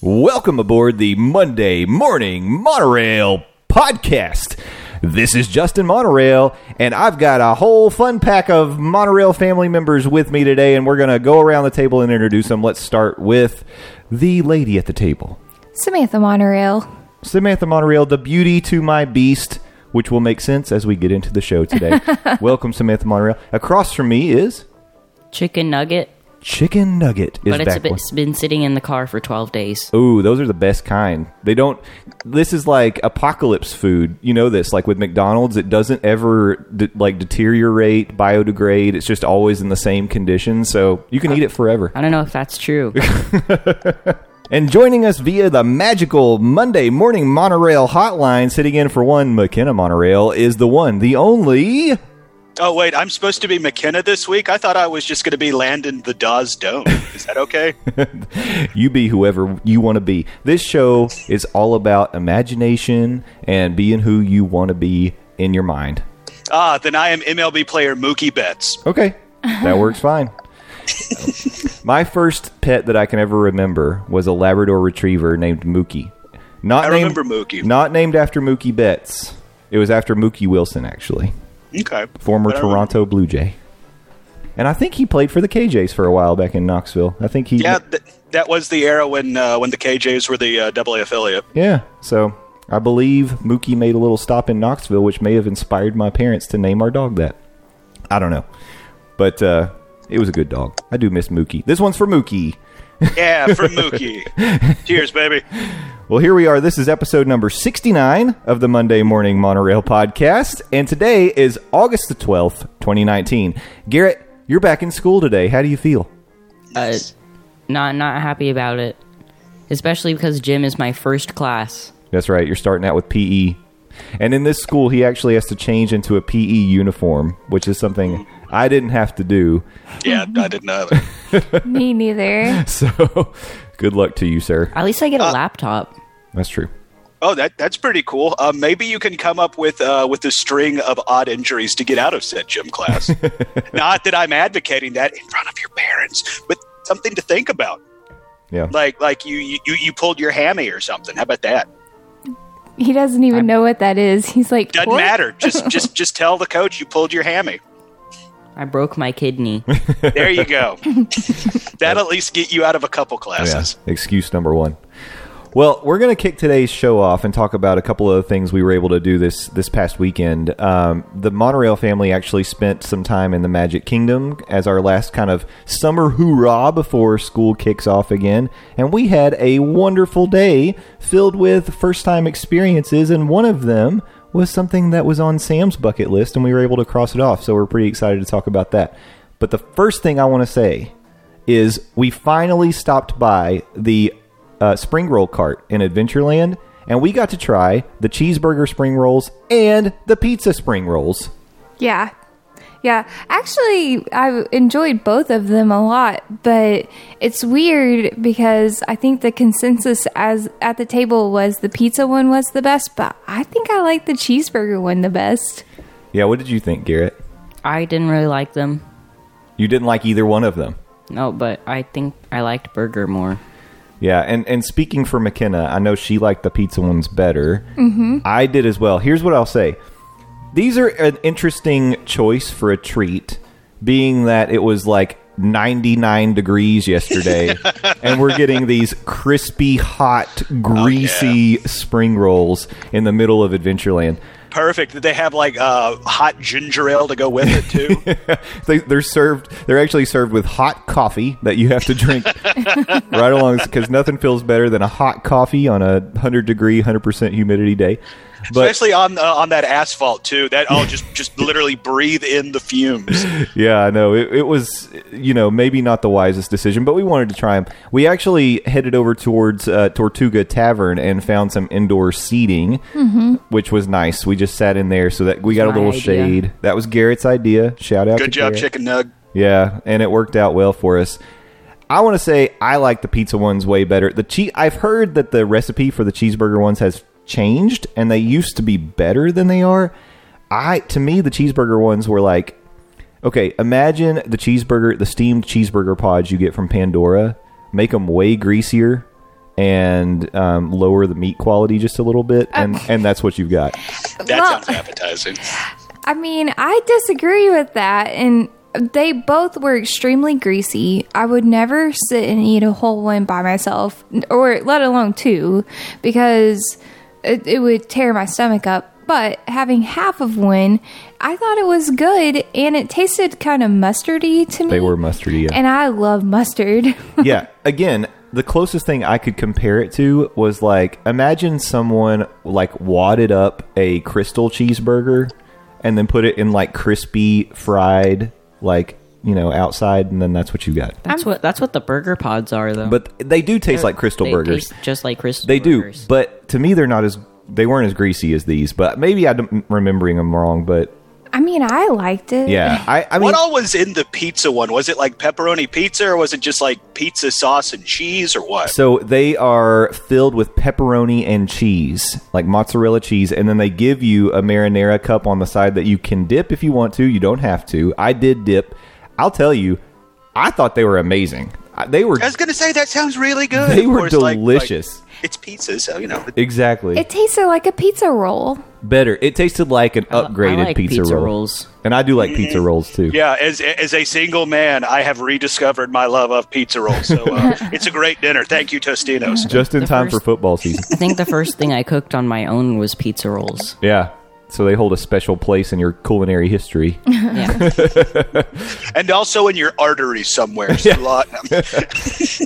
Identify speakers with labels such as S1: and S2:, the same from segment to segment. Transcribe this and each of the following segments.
S1: Welcome aboard the Monday Morning Monorail Podcast. This is Justin Monorail, and I've got a whole fun pack of Monorail family members with me today, and we're going to go around the table and introduce them. Let's start with the lady at the table
S2: Samantha Monorail.
S1: Samantha Monorail, the beauty to my beast, which will make sense as we get into the show today. Welcome, Samantha Monorail. Across from me is
S3: chicken nugget,
S1: Chicken Nugget. Is
S3: but it's,
S1: back
S3: a bit,
S1: with-
S3: it's been sitting in the car for 12 days.
S1: Ooh, those are the best kind. They don't. This is like apocalypse food. You know this, like with McDonald's, it doesn't ever de- like deteriorate, biodegrade. It's just always in the same condition, so you can eat it forever.
S3: I don't know if that's true.
S1: And joining us via the magical Monday morning monorail hotline, sitting in for one McKenna monorail, is the one, the only.
S4: Oh wait, I'm supposed to be McKenna this week. I thought I was just going to be Landon the Dawes Dome. Is that okay?
S1: you be whoever you want to be. This show is all about imagination and being who you want to be in your mind.
S4: ah, then I am MLB player Mookie Betts.
S1: Okay. That works fine. My first pet that I can ever remember was a Labrador retriever named Mookie. Not
S4: I
S1: named,
S4: remember Mookie.
S1: Not named after Mookie Betts. It was after Mookie Wilson, actually,
S4: Okay.
S1: former
S4: But I remember-
S1: Toronto Blue Jay. And I think he played for the KJs for a while back in Knoxville. I think he.
S4: Yeah, th- that was the era when uh, when the KJs were the uh, AA affiliate.
S1: Yeah. So I believe Mookie made a little stop in Knoxville, which may have inspired my parents to name our dog that. I don't know. But uh, it was a good dog. I do miss Mookie. This one's for Mookie.
S4: Yeah, for Mookie. Cheers, baby.
S1: Well, here we are. This is episode number 69 of the Monday Morning Monorail Podcast. And today is August the 12th, 2019. Garrett, you're back in school today. How do you feel?
S3: Uh, not not happy about it, especially because gym is my first class.
S1: That's right. You're starting out with PE. And in this school, he actually has to change into a PE uniform, which is something I didn't have to do.
S4: Yeah, I didn't know.
S2: Me neither.
S1: So good luck to you, sir.
S3: At least I
S1: Uh.
S3: get a laptop.
S1: That's true.
S4: Oh, that that's pretty cool. Uh, maybe you can come up with uh, with a string of odd injuries to get out of said gym class. Not that I'm advocating that in front of your parents, but something to think about.
S1: Yeah.
S4: Like like you you you pulled your hammy or something. How about that?
S2: He doesn't even know what that is. He's like,
S4: Doesn't
S2: "What?"
S4: matter. Just just just tell the coach you pulled your hammy.
S3: I broke my kidney.
S4: There you go. That'll at least get you out of a couple classes.
S1: Yeah. Excuse number one. Well, we're going to kick today's show off and talk about a couple of the things we were able to do this this past weekend. Um, the Monorail family actually spent some time in the Magic Kingdom as our last kind of summer hoorah before school kicks off again, and we had a wonderful day filled with first time experiences, and one of them was something that was on Sam's bucket list, and we were able to cross it off. So we're pretty excited to talk about that. But the first thing I want to say is we finally stopped by the uh, spring roll cart in Adventureland, and we got to try the cheeseburger spring rolls and the pizza spring rolls.
S2: Yeah. Yeah. Actually, I enjoyed both of them a lot, but it's weird because I think the consensus as at the table was the pizza one was the best, but I think I like the cheeseburger one the best.
S1: Yeah, what did you think, Garrett?
S3: I didn't really like them.
S1: You didn't like either one of them.
S3: No, but I think I liked burger more.
S1: Yeah, and, and speaking for McKenna, I know she liked the pizza ones better. Mm-hmm. I did as well. Here's what I'll say these are an interesting choice for a treat, being that it was like 99 degrees yesterday, and we're getting these crispy, hot, greasy spring rolls in the middle of Adventureland.
S4: perfect. They have like uh, hot ginger ale to go with it too.
S1: they, they're served. They're actually served with hot coffee that you have to drink right along because nothing feels better than a hot coffee on a hundred degree, hundred percent humidity day. But
S4: Especially on uh, on that asphalt too. That all just just literally breathe in the fumes.
S1: yeah, I know it, it was you know maybe not the wisest decision, but we wanted to try them. We actually headed over towards uh, Tortuga Tavern and found some indoor seating, which was nice. We just sat in there so that we got a
S3: my
S1: little
S3: idea.
S1: shade. That was Garrett's idea. Shout out! to
S4: Good job,
S1: Garrett.
S4: chicken nug.
S1: Yeah, and it worked out well for us. I want to say I like the pizza ones way better. The che- I've heard that the recipe for the cheeseburger ones has changed, and they used to be better than they are. I to me the cheeseburger ones were like, okay, imagine the cheeseburger, the steamed cheeseburger pods you get from Pandora, make them way greasier and um, lower the meat quality just a little bit, and and that's what you've got.
S4: That
S2: Well-
S4: sounds appetizing.
S2: I mean, I disagree with that. And they both were extremely greasy. I would never sit and eat a whole one by myself, or let alone two, because it, it would tear my stomach up. But having half of one, I thought it was good and it tasted kind of mustardy to me.
S1: They were mustardy. Yeah.
S2: And I love mustard.
S1: yeah. Again, the closest thing I could compare it to was like imagine someone like wadded up a crystal cheeseburger and then put it in like crispy fried like you know outside and then that's what you got.
S3: That's what that's what the burger pods are though.
S1: But they do taste like crystal
S3: They
S1: burgers.
S3: taste just like crystal.
S1: They do,
S3: burgers.
S1: but to me they're not as they weren't as greasy as these. But maybe I'm remembering them wrong. But
S2: I mean, I liked it.
S1: yeah, I, I mean,
S4: what all was in the pizza one? Was it like pepperoni pizza, or was it just like pizza sauce and cheese, or what?
S1: So they are filled with pepperoni and cheese, like mozzarella cheese, and then they give you a marinara cup on the side that you can dip if you want to. You don't have to. I did dip. I'll tell you, I thought they were amazing. I- They were
S4: I was gonna say that sounds really good.
S1: They
S4: Of
S1: were
S4: course, like-
S1: delicious.
S4: like, it's pizza, so you know.
S1: exactly
S2: It tasted like a pizza roll.
S1: better. It tasted like an
S3: I
S1: upgraded
S3: like
S1: pizza,
S3: pizza
S1: roll.
S3: rolls.
S1: and I do like pizza rolls too.
S4: Yeah, as as a single man, I have rediscovered my love of pizza rolls. So uh, it's a great dinner. Thank you, Tostinos.
S1: Just in
S3: The
S1: time for
S3: first-
S1: football season.
S3: I think the first thing I cooked on my own was pizza rolls.
S1: yeah. So they hold a special place in your culinary history.
S3: Yeah.
S4: and also in your arteries somewhere. So lot-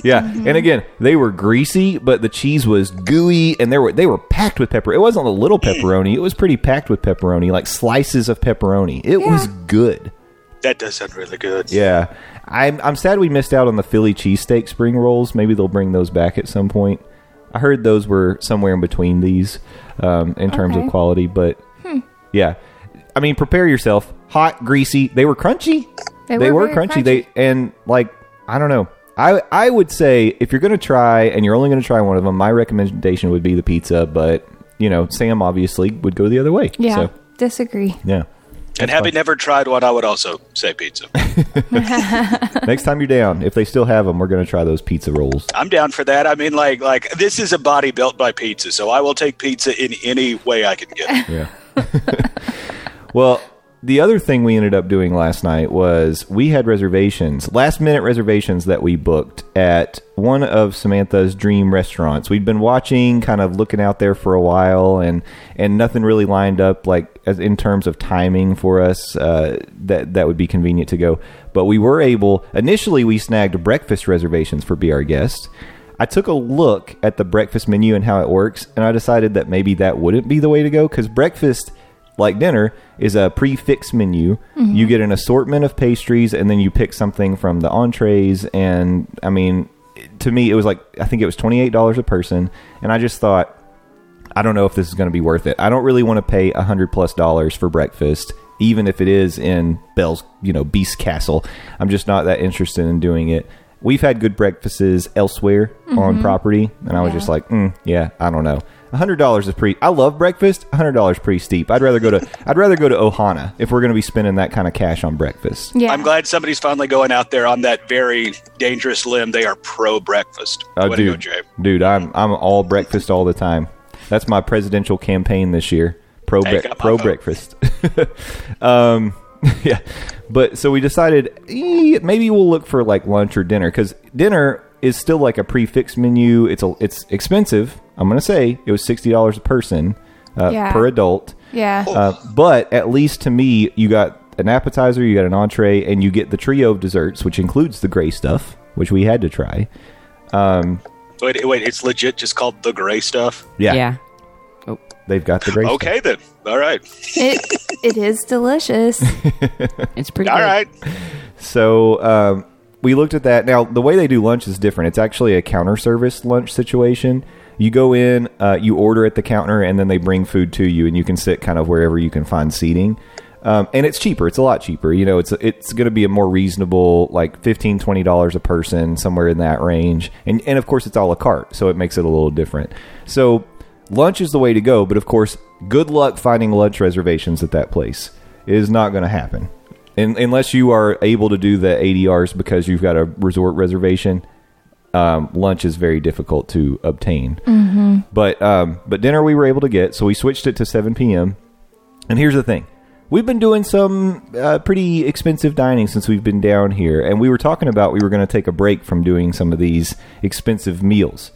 S1: Yeah, and again, they were greasy, but the cheese was gooey, and they were they were packed with pepper. It wasn't a little pepperoni; it was pretty packed with pepperoni, like slices of pepperoni. It was
S2: Yeah.
S1: good.
S4: that does sound really good.
S1: Yeah, I'm I'm sad we missed out on the Philly cheesesteak spring rolls. Maybe they'll bring those back at some point. I heard those were somewhere in between these um, in terms
S2: Okay. Hmm.
S1: of quality, but yeah, I mean, prepare yourself. Hot, greasy. They were crunchy.
S2: They
S1: were,
S2: were very
S1: crunchy. They and like I don't know. I I would say if you're gonna try and you're only gonna try one of them, my recommendation would be the pizza. But you know, Sam obviously would go the other way.
S2: Yeah.
S1: So,
S2: Disagree.
S1: yeah.
S4: And having never tried one, I would also say pizza.
S1: Next time you're down, if they still have them, we're gonna try those pizza rolls.
S4: I'm down for that. I mean, like like this is a body built by pizza, so I will take pizza in any way I can get. it.
S1: Yeah. well, the other thing we ended up doing last night was we had reservations, last minute reservations that we booked at one of Samantha's dream restaurants. We'd been watching, kind of looking out there for a while, and and nothing really lined up like as in terms of timing for us uh, that that would be convenient to go. But we were able. Initially, we snagged breakfast reservations for be our guest. I took a look at the breakfast menu and how it works, and I decided that maybe that wouldn't be the way to go because breakfast, like dinner, is a prefix menu. You get an assortment of pastries, and then you pick something from the entrees. And I mean, to me, it was like I think it was twenty eight dollars a person, and I just thought, I don't know if this is going to be worth it. I don't really want to pay a hundred plus dollars for breakfast, even if it is in Bell's, you know, Beast Castle. I'm just not that interested in doing it. We've had good breakfasts elsewhere on property, and I was just like, mm, yeah, I don't know. A hundred dollars is pretty. I love breakfast. A hundred dollars is pretty steep. I'd rather go to I'd rather go to Ohana if we're going to be spending that kind of cash on breakfast.
S2: Yeah.
S4: I'm glad somebody's finally going out there on that very dangerous limb. They are pro breakfast.
S1: Oh,
S4: Way to go,
S1: dude,
S4: Jay.
S1: dude, I'm I'm all breakfast all the time. That's my presidential campaign this year. Pro
S4: Hey,
S1: bre-
S4: got my
S1: pro
S4: vote.
S1: breakfast. um, yeah, but so we decided eh, maybe we'll look for like lunch or dinner because dinner is still like a prefix menu. It's a it's expensive. I'm gonna say it was sixty dollars a person. I uh,
S2: Yeah.
S1: per adult.
S2: Yeah.
S4: Oh.
S1: Uh, but at least to me, you got an appetizer, you got an entree, and you get the trio of desserts, which includes the gray stuff, which we had to try.
S4: Wait, wait, it's legit just called the gray stuff.
S1: Yeah,
S3: yeah.
S1: they've got the gray. stuff.
S4: Okay, then. All right.
S2: It it is delicious.
S3: It's pretty.
S4: All
S3: good.
S4: right.
S1: So um, we looked at that. Now the way they do lunch is different. It's actually a counter service lunch situation. You go in, uh, you order at the counter, and then they bring food to you, and you can sit kind of wherever you can find seating. Um, and it's cheaper. It's a lot cheaper. You know, it's it's going to be a more reasonable, like $15, 20 dollars a person, somewhere in that range. And and of course, it's a la carte, so it makes it a little different. So lunch is the way to go. But of course, good luck finding lunch reservations at that place. It is not going to happen. In, unless you are able to do the ADRs because you've got a resort reservation, um, lunch is very difficult to obtain. But um, but dinner we were able to get, so we switched it to 7 p.m. And here's the thing. We've been doing some uh, pretty expensive dining since we've been down here, and we were talking about we were going to take a break from doing some of these expensive meals.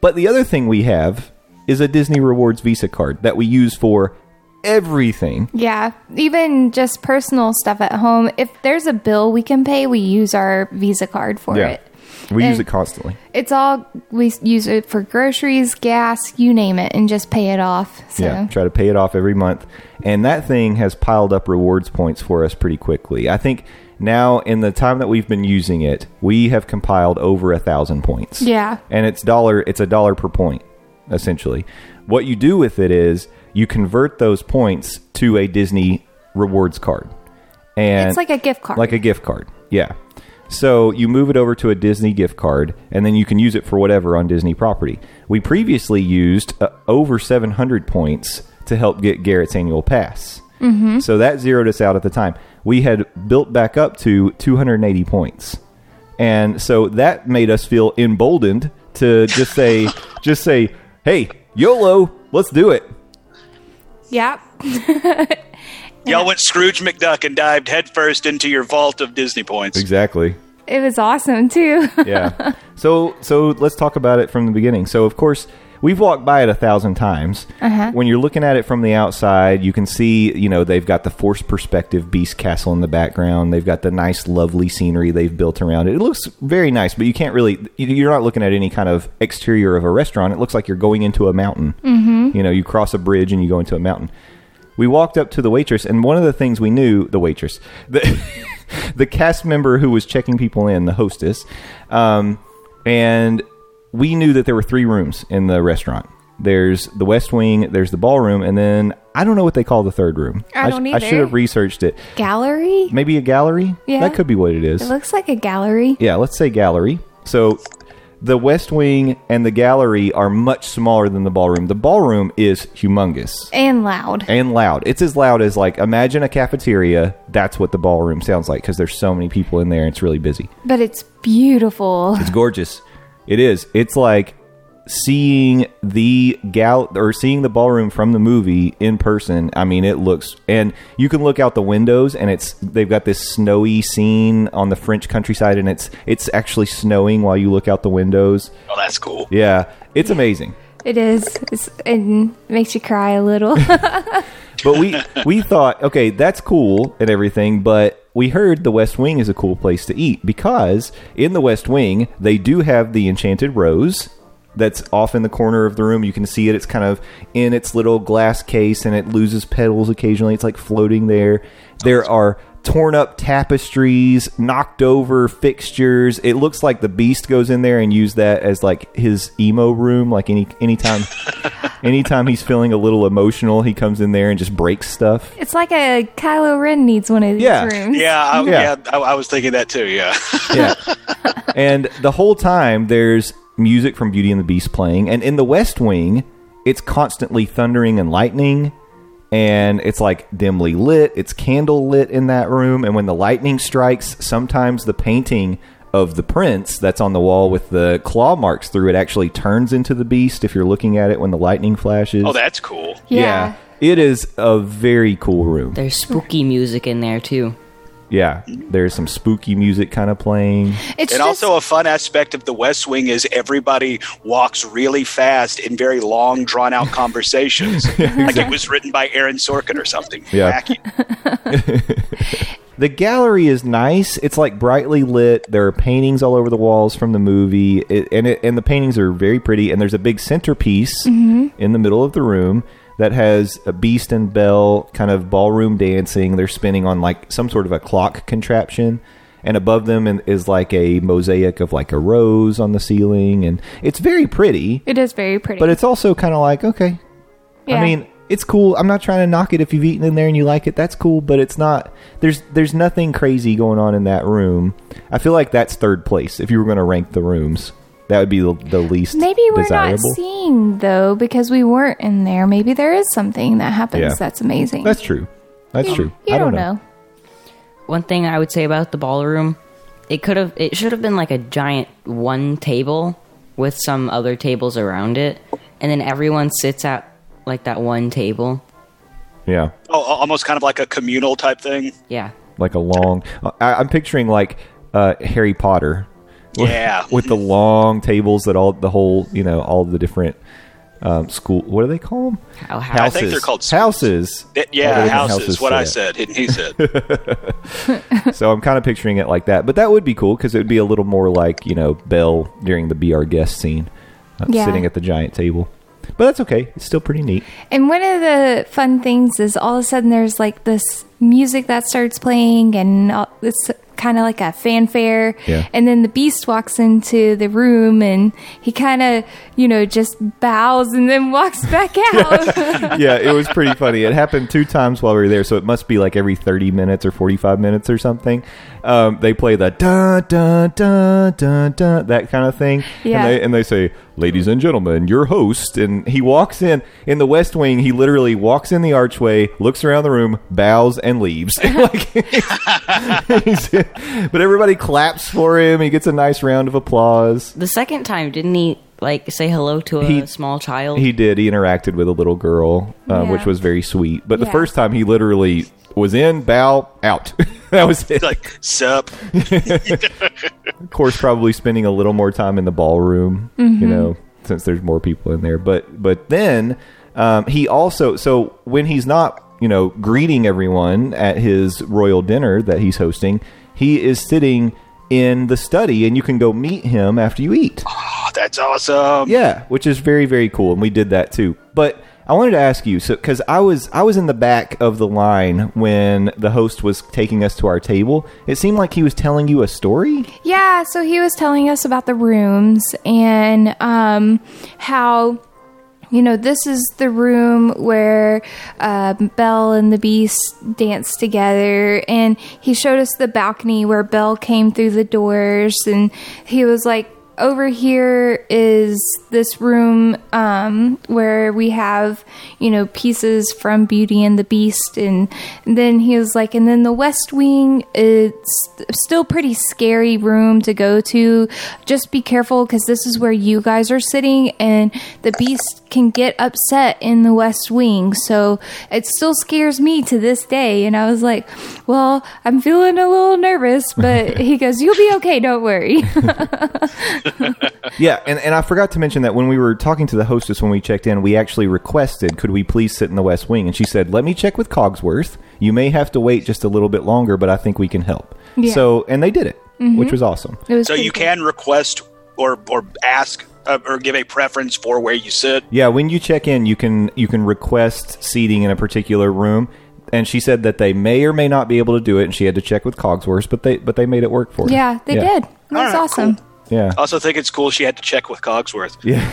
S1: But the other thing we have is a Disney Rewards Visa card that we use for everything.
S2: yeah. Even just personal stuff at home. If there's a bill we can pay, we use our Visa card for it.
S1: We use
S2: And-
S1: it constantly.
S2: It's all we s- use it for groceries, gas, you name it, and just pay it off. So
S1: Yeah, try to pay it off every month. And that thing has piled up rewards points for us pretty quickly. I think now, in the time that we've been using it, we have compiled over a thousand points.
S2: Yeah.
S1: And it's dollar it's a dollar per point, essentially. What you do with it is you convert those points to a Disney rewards card. And
S2: It's like a gift card.
S1: Like a gift card. Yeah. So you move it over to a Disney gift card, and then you can use it for whatever on Disney property. We previously used uh, over 700 points to help get Garrett's annual pass. Mm-hmm. So that zeroed us out at the time. We had built back up to 280 points, and so that made us feel emboldened to just say, just say, "Hey, YOLO, let's do it."
S2: yeah.
S4: Y'all went Scrooge McDuck and dived headfirst into your vault of Disney points.
S1: Exactly.
S2: It was awesome too.
S1: yeah. So so let's talk about it from the beginning. So of course we've walked by it a thousand times. When you're looking at it from the outside, you can see you know they've got the forced perspective beast castle in the background. They've got the nice, lovely scenery they've built around it. It looks very nice, but you can't really you- you're not looking at any kind of exterior of a restaurant. It looks like you're going into a mountain. Mm-hmm. You know, you cross a bridge and you go into a mountain. We walked up to the waitress, and one of the things we knew the waitress. The, the cast member who was checking people in, the hostess, um, and we knew that there were three rooms in the restaurant. There's the West Wing, there's the ballroom, and then I don't know what they call the third room.
S2: I don't
S1: I
S2: either.
S1: should have researched it.
S2: gallery?
S1: Maybe a gallery.
S2: Yeah.
S1: that could be what it is.
S2: It looks like a gallery.
S1: yeah, let's say gallery. So the West Wing and the gallery are much smaller than the ballroom. The ballroom is humongous
S2: And loud.
S1: and loud. It's as loud as like imagine a cafeteria. That's what the ballroom sounds like because there's so many people in there and it's really busy.
S2: But it's beautiful.
S1: It's gorgeous. It is. It's like seeing the gal or seeing the ballroom from the movie in person. I mean, it looks and you can look out the windows and it's they've got this snowy scene on the French countryside and it's it's actually snowing while you look out the windows.
S4: Oh, that's cool.
S1: Yeah, it's amazing.
S2: It is. It's, and makes you cry a little.
S1: but we we thought, okay, that's cool and everything, but we heard the West Wing is a cool place to eat because in the West Wing they do have the Enchanted Rose that's off in the corner of the room. You can see it. It's kind of in its little glass case and it loses petals occasionally. It's like floating there. There are torn up tapestries, knocked over fixtures. It looks like the beast goes in there and used that as like his emo room, like any anytime Anytime he's feeling a little emotional, he comes in there and just breaks stuff.
S2: it's like a Kylo Ren needs one of these
S1: Yeah.
S2: rooms.
S4: Yeah, I,
S1: Yeah.
S4: yeah. I, I was thinking that too. Yeah.
S1: Yeah. and the whole time there's music from Beauty and the Beast playing, and in the West Wing, it's constantly thundering and lightning, and it's like dimly lit. It's candle lit in that room, and when the lightning strikes, sometimes the painting of the prince that's on the wall with the claw marks through it actually turns into the beast if you're looking at it when the lightning flashes.
S4: Oh, that's cool.
S2: Yeah.
S1: It is a very cool room.
S3: There's spooky music in there too.
S1: Yeah, there's some spooky music kind of playing.
S2: It's
S4: And
S2: just,
S4: also, a fun aspect of the West Wing is everybody walks really fast in very long, drawn out conversations. Like it was written by Aaron Sorkin or something.
S1: Yeah.
S4: Wacky.
S1: The gallery is nice. It's like brightly lit. There are paintings all over the walls from the movie, it, and it, and the paintings are very pretty. And there's a big centerpiece in the middle of the room that has a Beast and Belle kind of ballroom dancing. They're spinning on like some sort of a clock contraption, and above them in- is like a mosaic of like a rose on the ceiling, and it's very pretty.
S2: it is very pretty.
S1: But it's also kind of like okay, I
S2: Yeah.
S1: mean, it's cool. I'm not trying to knock it if you've eaten in there and you like it. That's cool, but it's not. There's there's nothing crazy going on in that room. I feel like that's third place. If you were going to rank the rooms, that would be the, the least
S2: maybe we're
S1: desirable.
S2: not seeing though because we weren't in there. Maybe there is something that happens
S1: Yeah.
S2: that's amazing.
S1: that's true. That's
S2: you,
S1: true.
S2: You
S1: I don't
S2: know.
S3: One thing I would say about the ballroom, it could have, it should have been like a giant one table with some other tables around it, and then everyone sits at like that one table.
S1: Yeah,
S4: Oh, al- almost kind of like a communal type thing.
S3: Yeah,
S1: like a long. I, I'm picturing like uh, Harry Potter. with-
S4: Yeah.
S1: with the long tables that all the whole you know all the different um, school. What do they call them?
S3: How- how-
S1: Houses.
S3: I
S4: think they're called schools.
S1: houses.
S4: That-
S1: All the
S4: yeah,
S1: different
S4: houses, what I
S1: yeah.
S4: said, and he said.
S1: So I'm kind of picturing it like that. But that would be cool because it would be a little more like, you know, Belle during the Be Our Guest scene, uh,
S2: Yeah.
S1: sitting at the giant table. But that's okay. It's still pretty neat.
S2: And one of the fun things is all of a sudden there's like this music that starts playing and all, it's kind of like a fanfare.
S1: Yeah.
S2: And then the beast walks into the room and he kind of, you know, just bows and then walks back out.
S1: yeah, it was pretty funny. It happened two times while we were there, so it must be like every 30 minutes or 45 minutes or something. Um, they play the da da da da da that kind of thing,
S2: Yeah.
S1: and they and they say, "Ladies and gentlemen, your host." And he walks in in the West Wing. He literally walks in the archway, looks around the room, bows, and leaves. like, he's- but everybody claps for him. He gets a nice round of applause.
S3: the second time didn't he like say hello to a
S1: He-
S3: small child?
S1: He did. He interacted with a little girl, uh,
S2: Yeah.
S1: which was very sweet. But the
S2: Yeah.
S1: first time, he literally was in, bow, out. that was it.
S4: He's like, sup.
S1: Of course, probably spending a little more time in the ballroom,
S2: Mm-hmm.
S1: you know, since there's more people in there. But but then um, he also so when he's not you know greeting everyone at his royal dinner that he's hosting, he is sitting in the study, and you can go meet him after you eat.
S4: Oh, that's awesome.
S1: Yeah, which is very very cool, and we did that too. But I wanted to ask you, so because I was I was in the back of the line when the host was taking us to our table. It seemed like he was telling you a story.
S2: yeah. So he was telling us about the rooms and um, how. You know, this is the room where um, Belle and the Beast danced together, and he showed us the balcony where Belle came through the doors, and he was like, "Over here is this room um, where we have, you know, pieces from Beauty and the Beast," and, then he was like, "And then the West Wing, it's still pretty scary room to go to. Just be careful because this is where you guys are sitting, and the beast can get upset in the West Wing. So it still scares me to this day. And I was like, well, I'm feeling a little nervous, but he goes, you'll be okay. Don't worry.
S1: Yeah, and, and I forgot to mention that when we were talking to the hostess when we checked in, we actually requested, could we please sit in the West Wing? And she said, let me check with Cogsworth. You may have to wait just a little bit longer, but I think we can help.
S2: Yeah.
S1: So, and they did it, which was awesome.
S2: It was
S4: So
S2: pretty
S4: you
S2: cool.
S4: can request or, or ask uh, or give a preference for where you sit.
S1: Yeah, when you check in, you can you can request seating in a particular room. And she said that they may or may not be able to do it, and she had to check with Cogsworth, but they but they made it work for her.
S2: Yeah, they did. That's
S4: right,
S2: awesome.
S1: Yeah,
S4: I also think it's cool she had to check with Cogsworth.
S1: yeah,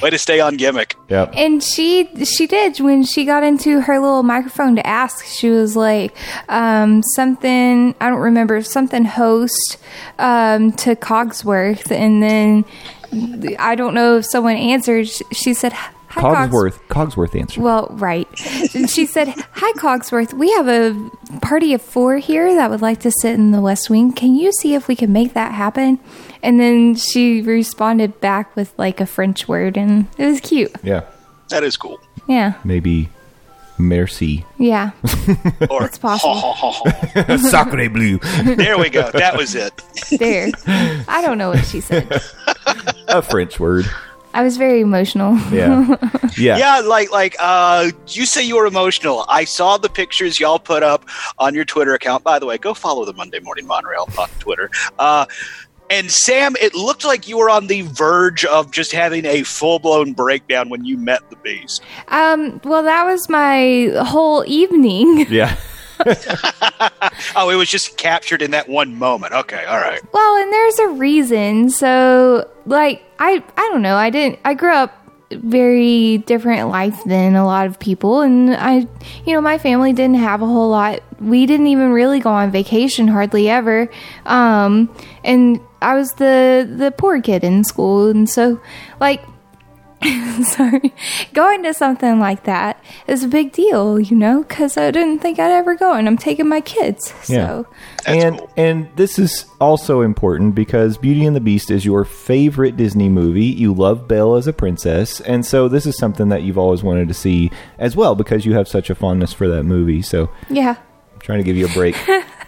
S4: Way to stay on gimmick.
S1: yeah.
S2: And she she did when she got into her little microphone to ask. She was like um, something I don't remember something host um, to Cogsworth, and then I don't know if someone answered. Sh- She said, "Hi, Cogs-
S1: Cogsworth, Cogsworth answered.
S2: Well, right. And she said, "Hi, Cogsworth. We have a party of four here that would like to sit in the West Wing. Can you see if we can make that happen?" And then she responded back with like a French word, and it was cute.
S1: yeah,
S4: That is cool.
S2: Yeah.
S1: maybe Merci.
S2: Yeah.
S4: Or
S2: It's possible.
S4: "Ha, ha, ha, ha."
S1: Sacre bleu.
S4: There we go. That was it.
S2: There. I don't know what she said.
S1: A French word.
S2: I was very emotional.
S1: Yeah. Yeah.
S4: Yeah, like like uh, you say you were emotional. I saw the pictures y'all put up on your Twitter account. By the way, go follow the Monday Morning Monorail on Twitter. Uh, and Sam, it looked like you were on the verge of just having a full blown breakdown when you met the beast.
S2: Um, well, that was my whole evening.
S1: Yeah.
S4: Oh, it was just captured in that one moment. Okay, all right.
S2: Well, and there's a reason. So, like, I I don't know. I didn't. I grew up very different life than a lot of people, and I, you know, my family didn't have a whole lot. We didn't even really go on vacation hardly ever. Um, and I was the the poor kid in school, and so like. Sorry, going to something like that is a big deal, you know, because I didn't think I'd ever go, and I'm taking my kids.
S1: Yeah.
S2: So,
S1: and and this is also important because Beauty and the Beast is your favorite Disney movie. You love Belle as a princess, and so this is something that you've always wanted to see as well because you have such a fondness for that movie. So
S2: yeah.
S1: I'm trying to give you a break.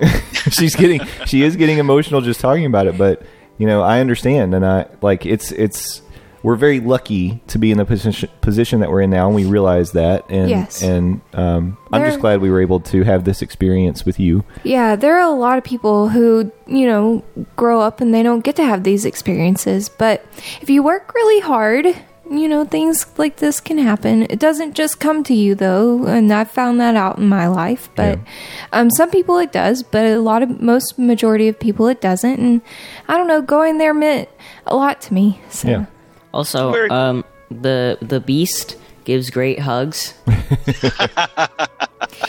S1: She's getting she is getting emotional just talking about it, but you know, I understand and I like it's it's we're very lucky to be in the position position that we're in now and we realize that and
S2: Yes.
S1: and um, I'm just
S2: There-
S1: glad we were able to have this experience with you.
S2: Yeah, there are a lot of people who, you know, grow up and they don't get to have these experiences. But if you work really hard, you know, things like this can happen. It doesn't just come to you, though. And I've found that out in my life. But um, some people it does, but a lot of, most majority of people it doesn't. And I don't know, going there meant a lot to me. So,
S1: Yeah.
S3: Also,
S4: Where-
S3: um, the the beast gives great hugs.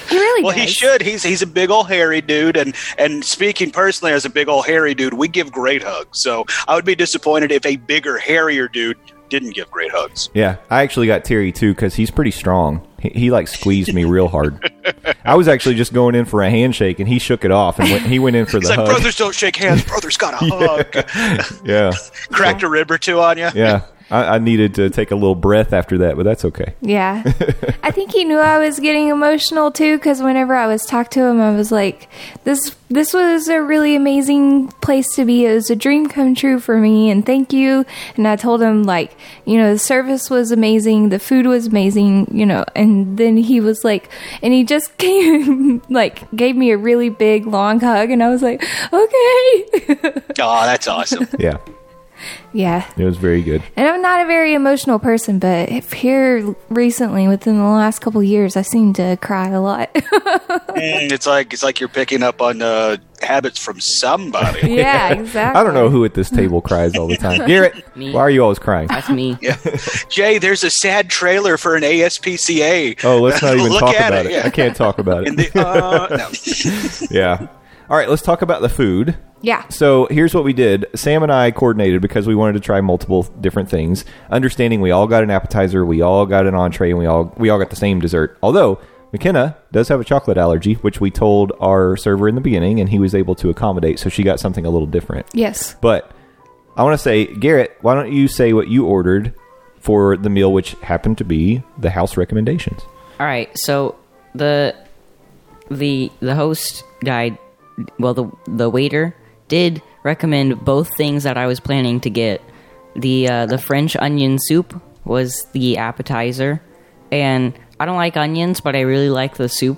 S2: he really
S4: Well, he
S2: does.
S4: should. He's he's a big old hairy dude, and and speaking personally as a big old hairy dude, we give great hugs. So I would be disappointed if a bigger, hairier dude didn't give great hugs.
S1: Yeah, I actually got teary too because he's pretty strong. He, he like squeezed me real hard. I was actually just going in for a handshake and he shook it off and went, he went in for
S4: It's
S1: the
S4: like
S1: hug.
S4: brothers don't shake hands. Brothers got a hug.
S1: Yeah,
S4: Cracked a rib or two on you.
S1: yeah. I, I needed to take a little breath after that, but that's okay.
S2: Yeah. I think he knew I was getting emotional too cuz whenever I was talked to him I was like this this was a really amazing place to be. It was a dream come true for me and thank you. And I told him like, you know, the service was amazing, the food was amazing, you know. And then he was like and he just came like gave me a really big long hug and I was like, "Okay."
S4: Oh, that's awesome.
S1: Yeah,
S2: yeah.
S1: it was very good.
S2: And I'm not a very emotional person, but if here recently, within the last couple years, I seem to cry a lot.
S4: Mm, it's like it's like you're picking up on uh, habits from somebody.
S2: yeah, exactly.
S1: I don't know who at this table cries all the time. Garrett,
S3: Me.
S1: why are you always crying?
S3: That's me.
S4: Jay, there's a sad trailer for an ASPCA.
S1: Oh, let's not even
S4: Look
S1: talk
S4: at
S1: about it.
S4: it, yeah.
S1: I can't talk about
S4: In
S1: it.
S4: the, uh, no.
S1: Yeah. All right, let's talk about the food.
S2: Yeah.
S1: So here's what we did. Sam and I coordinated because we wanted to try multiple different things. Understanding we all got an appetizer, we all got an entree, and we all we all got the same dessert. Although McKenna does have a chocolate allergy, which we told our server in the beginning, and he was able to accommodate. So she got something a little different.
S2: Yes.
S1: But I want to say, Garrett, why don't you say what you ordered for the meal, which happened to be the house recommendations?
S3: All right, so the the the host guy, well the the waiter did recommend both things that I was planning to get. The uh, the French onion soup was the appetizer, and I don't like onions, but I really like the soup.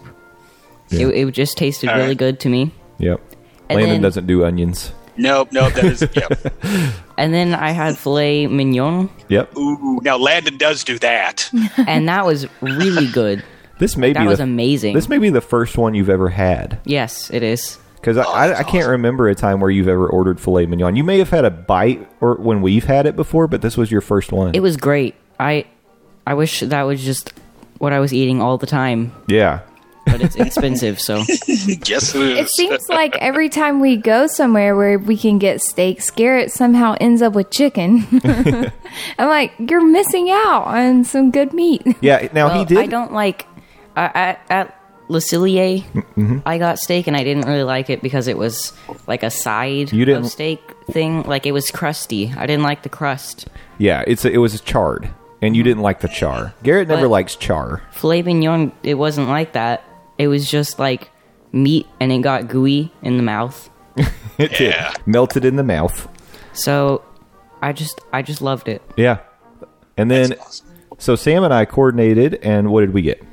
S3: It, it just tasted
S4: All
S3: really
S4: right.
S3: good to me.
S1: Yep.
S3: And
S1: Landon
S3: then-
S1: doesn't do onions.
S4: nope, nope. That is yeah.
S3: And then I had filet mignon,
S1: Yep.
S4: Ooh, now Landon does do that.
S3: and that was really good.
S1: This may
S3: That
S1: be
S3: was
S1: the,
S3: amazing.
S1: This may be the first one you've ever had.
S3: Yes, it is.
S1: Because I, I, I can't remember a time where you've ever ordered filet mignon. You may have had a bite or when we've had it before, but this was your first one.
S3: It was great. I I wish that was just what I was eating all the time.
S1: yeah.
S3: but it's expensive. So
S4: yes, it is.
S2: It seems like every time we go somewhere where we can get steaks, Garrett somehow ends up with chicken. I'm like, you're missing out on some good meat.
S1: Yeah. Now he
S3: Well,
S1: did.
S3: I don't like I, I, at Le Cillier.
S1: Mm-hmm.
S3: I got steak and I didn't really like it because it was like a side
S1: You didn't-
S3: of steak thing. Like it was crusty. I didn't like the crust.
S1: yeah. It's it was charred. and you didn't like the char. Garrett never
S3: But-
S1: likes char.
S3: filet mignon, it wasn't like that. It was just like meat and it got gooey in the mouth.
S1: It did.
S4: Yeah.
S1: melted in the mouth.
S3: So I just I just loved it.
S1: Yeah, and then so Sam and I coordinated, and what did we get? Do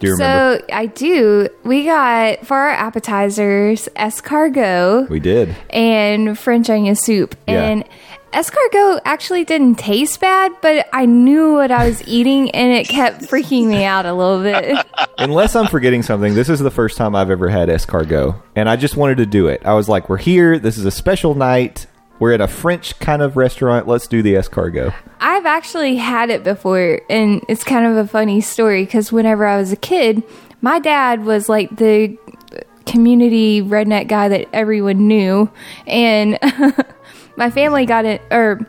S1: you remember?
S2: So I do. We got for our appetizers escargot
S1: we did.
S2: and French onion soup.
S1: Yeah.
S2: And escargot actually didn't taste bad, but I knew what I was eating and it kept freaking me out a little bit.
S1: Unless I'm forgetting something, this is the first time I've ever had escargot, and I just wanted to do it. I was like, "We're here. This is a special night. We're at a French kind of restaurant. Let's do the escargot."
S2: I've actually had it before, and it's kind of a funny story because whenever I was a kid, my dad was like the community redneck guy that everyone knew, and my family got it, or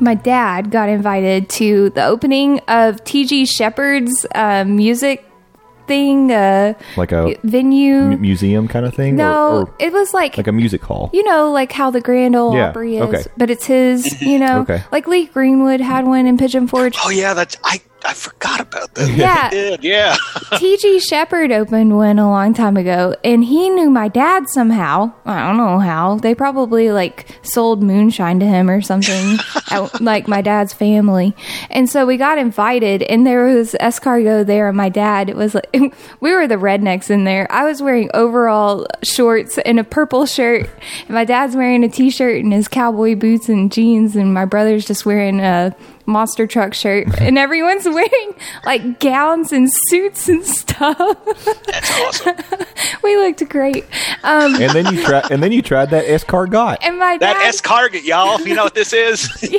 S2: my dad got invited to the opening of T.G. Shepherd's uh, music thing, uh,
S1: Like a
S2: venue.
S1: mu- museum kind of Oh. thing,
S2: no,
S1: or, or
S2: it was like
S1: like a music hall.
S2: you know, like how the Grand Ole
S1: Yeah,
S2: Opry is,
S1: okay.
S2: but it's his. You know,
S1: Okay.
S2: like Lee Greenwood had one in Pigeon Forge.
S4: Oh yeah, that's I I forgot about that.
S2: Yeah.
S4: They did, yeah.
S2: T.G. Shepard opened one a long time ago, and he knew my dad somehow. I don't know how. They probably like sold moonshine to him or something, at, like my dad's family. And so we got invited, and there was escargot there, and my dad was like, we were the rednecks in there. I was wearing overall shorts and a purple shirt, and my dad's wearing a T-shirt and his cowboy boots and jeans, and my brother's just wearing a monster truck shirt and everyone's wearing like gowns and suits and stuff
S4: That's awesome.
S2: we looked great um
S1: and then you tried, and then you tried that escargot.
S2: and my
S4: That
S2: dad
S4: escargot, y'all. You know what this is?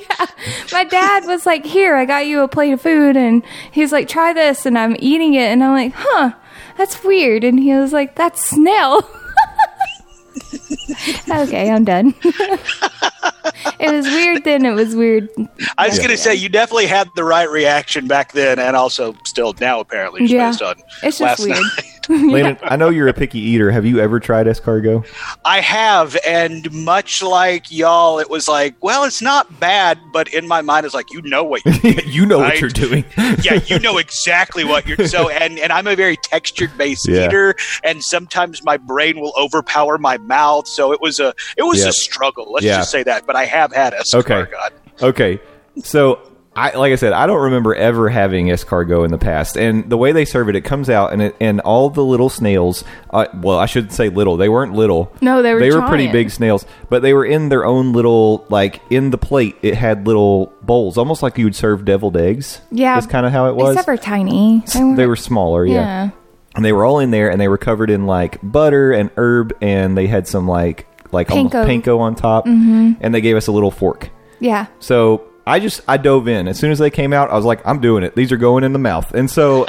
S2: my dad was like here i got you a plate of food and he's like try this and i'm eating it and i'm like huh that's weird and he was like that's snail okay i'm done it was weird then it was weird
S4: I was going to say you definitely had the right reaction back then, and also still now apparently just
S2: yeah
S4: based on
S2: it's
S4: last
S2: just weird
S4: night.
S1: Landon, I know you're a picky eater. Have you ever tried escargot?
S4: I have, and much like y'all, it was like, well, it's not bad, but in my mind, it's like, you know what? You,
S1: you know
S4: Right.
S1: doing.
S4: yeah, you know exactly what you're. So, and and I'm a very textured based
S1: Yeah.
S4: eater, and sometimes my brain will overpower my mouth. So it was a it was
S1: Yeah.
S4: a struggle. Let's
S1: Yeah.
S4: just say that. But I have had a
S1: Okay.
S4: God.
S1: Okay. So I like I said, I don't remember ever having escargot in the past. And the way they serve it, it comes out and it, and all the little snails. Uh, well, I shouldn't say little. They weren't little.
S2: No, they were
S1: They were pretty
S2: giant.
S1: big snails, but they were in their own little like in the plate. It had little bowls, almost like you would serve deviled eggs.
S2: yeah
S1: that's kind of how it was.
S2: except for tiny
S1: they were smaller, yeah.
S2: Yeah.
S1: And they were all in there, and they were covered in like butter and herb, and they had some like like almost
S2: Panko. Mm-hmm.
S1: panko on top, and they gave us a little fork.
S2: yeah
S1: So I just I dove in as soon as they came out. I was like, I'm doing it. These are going in the mouth, and so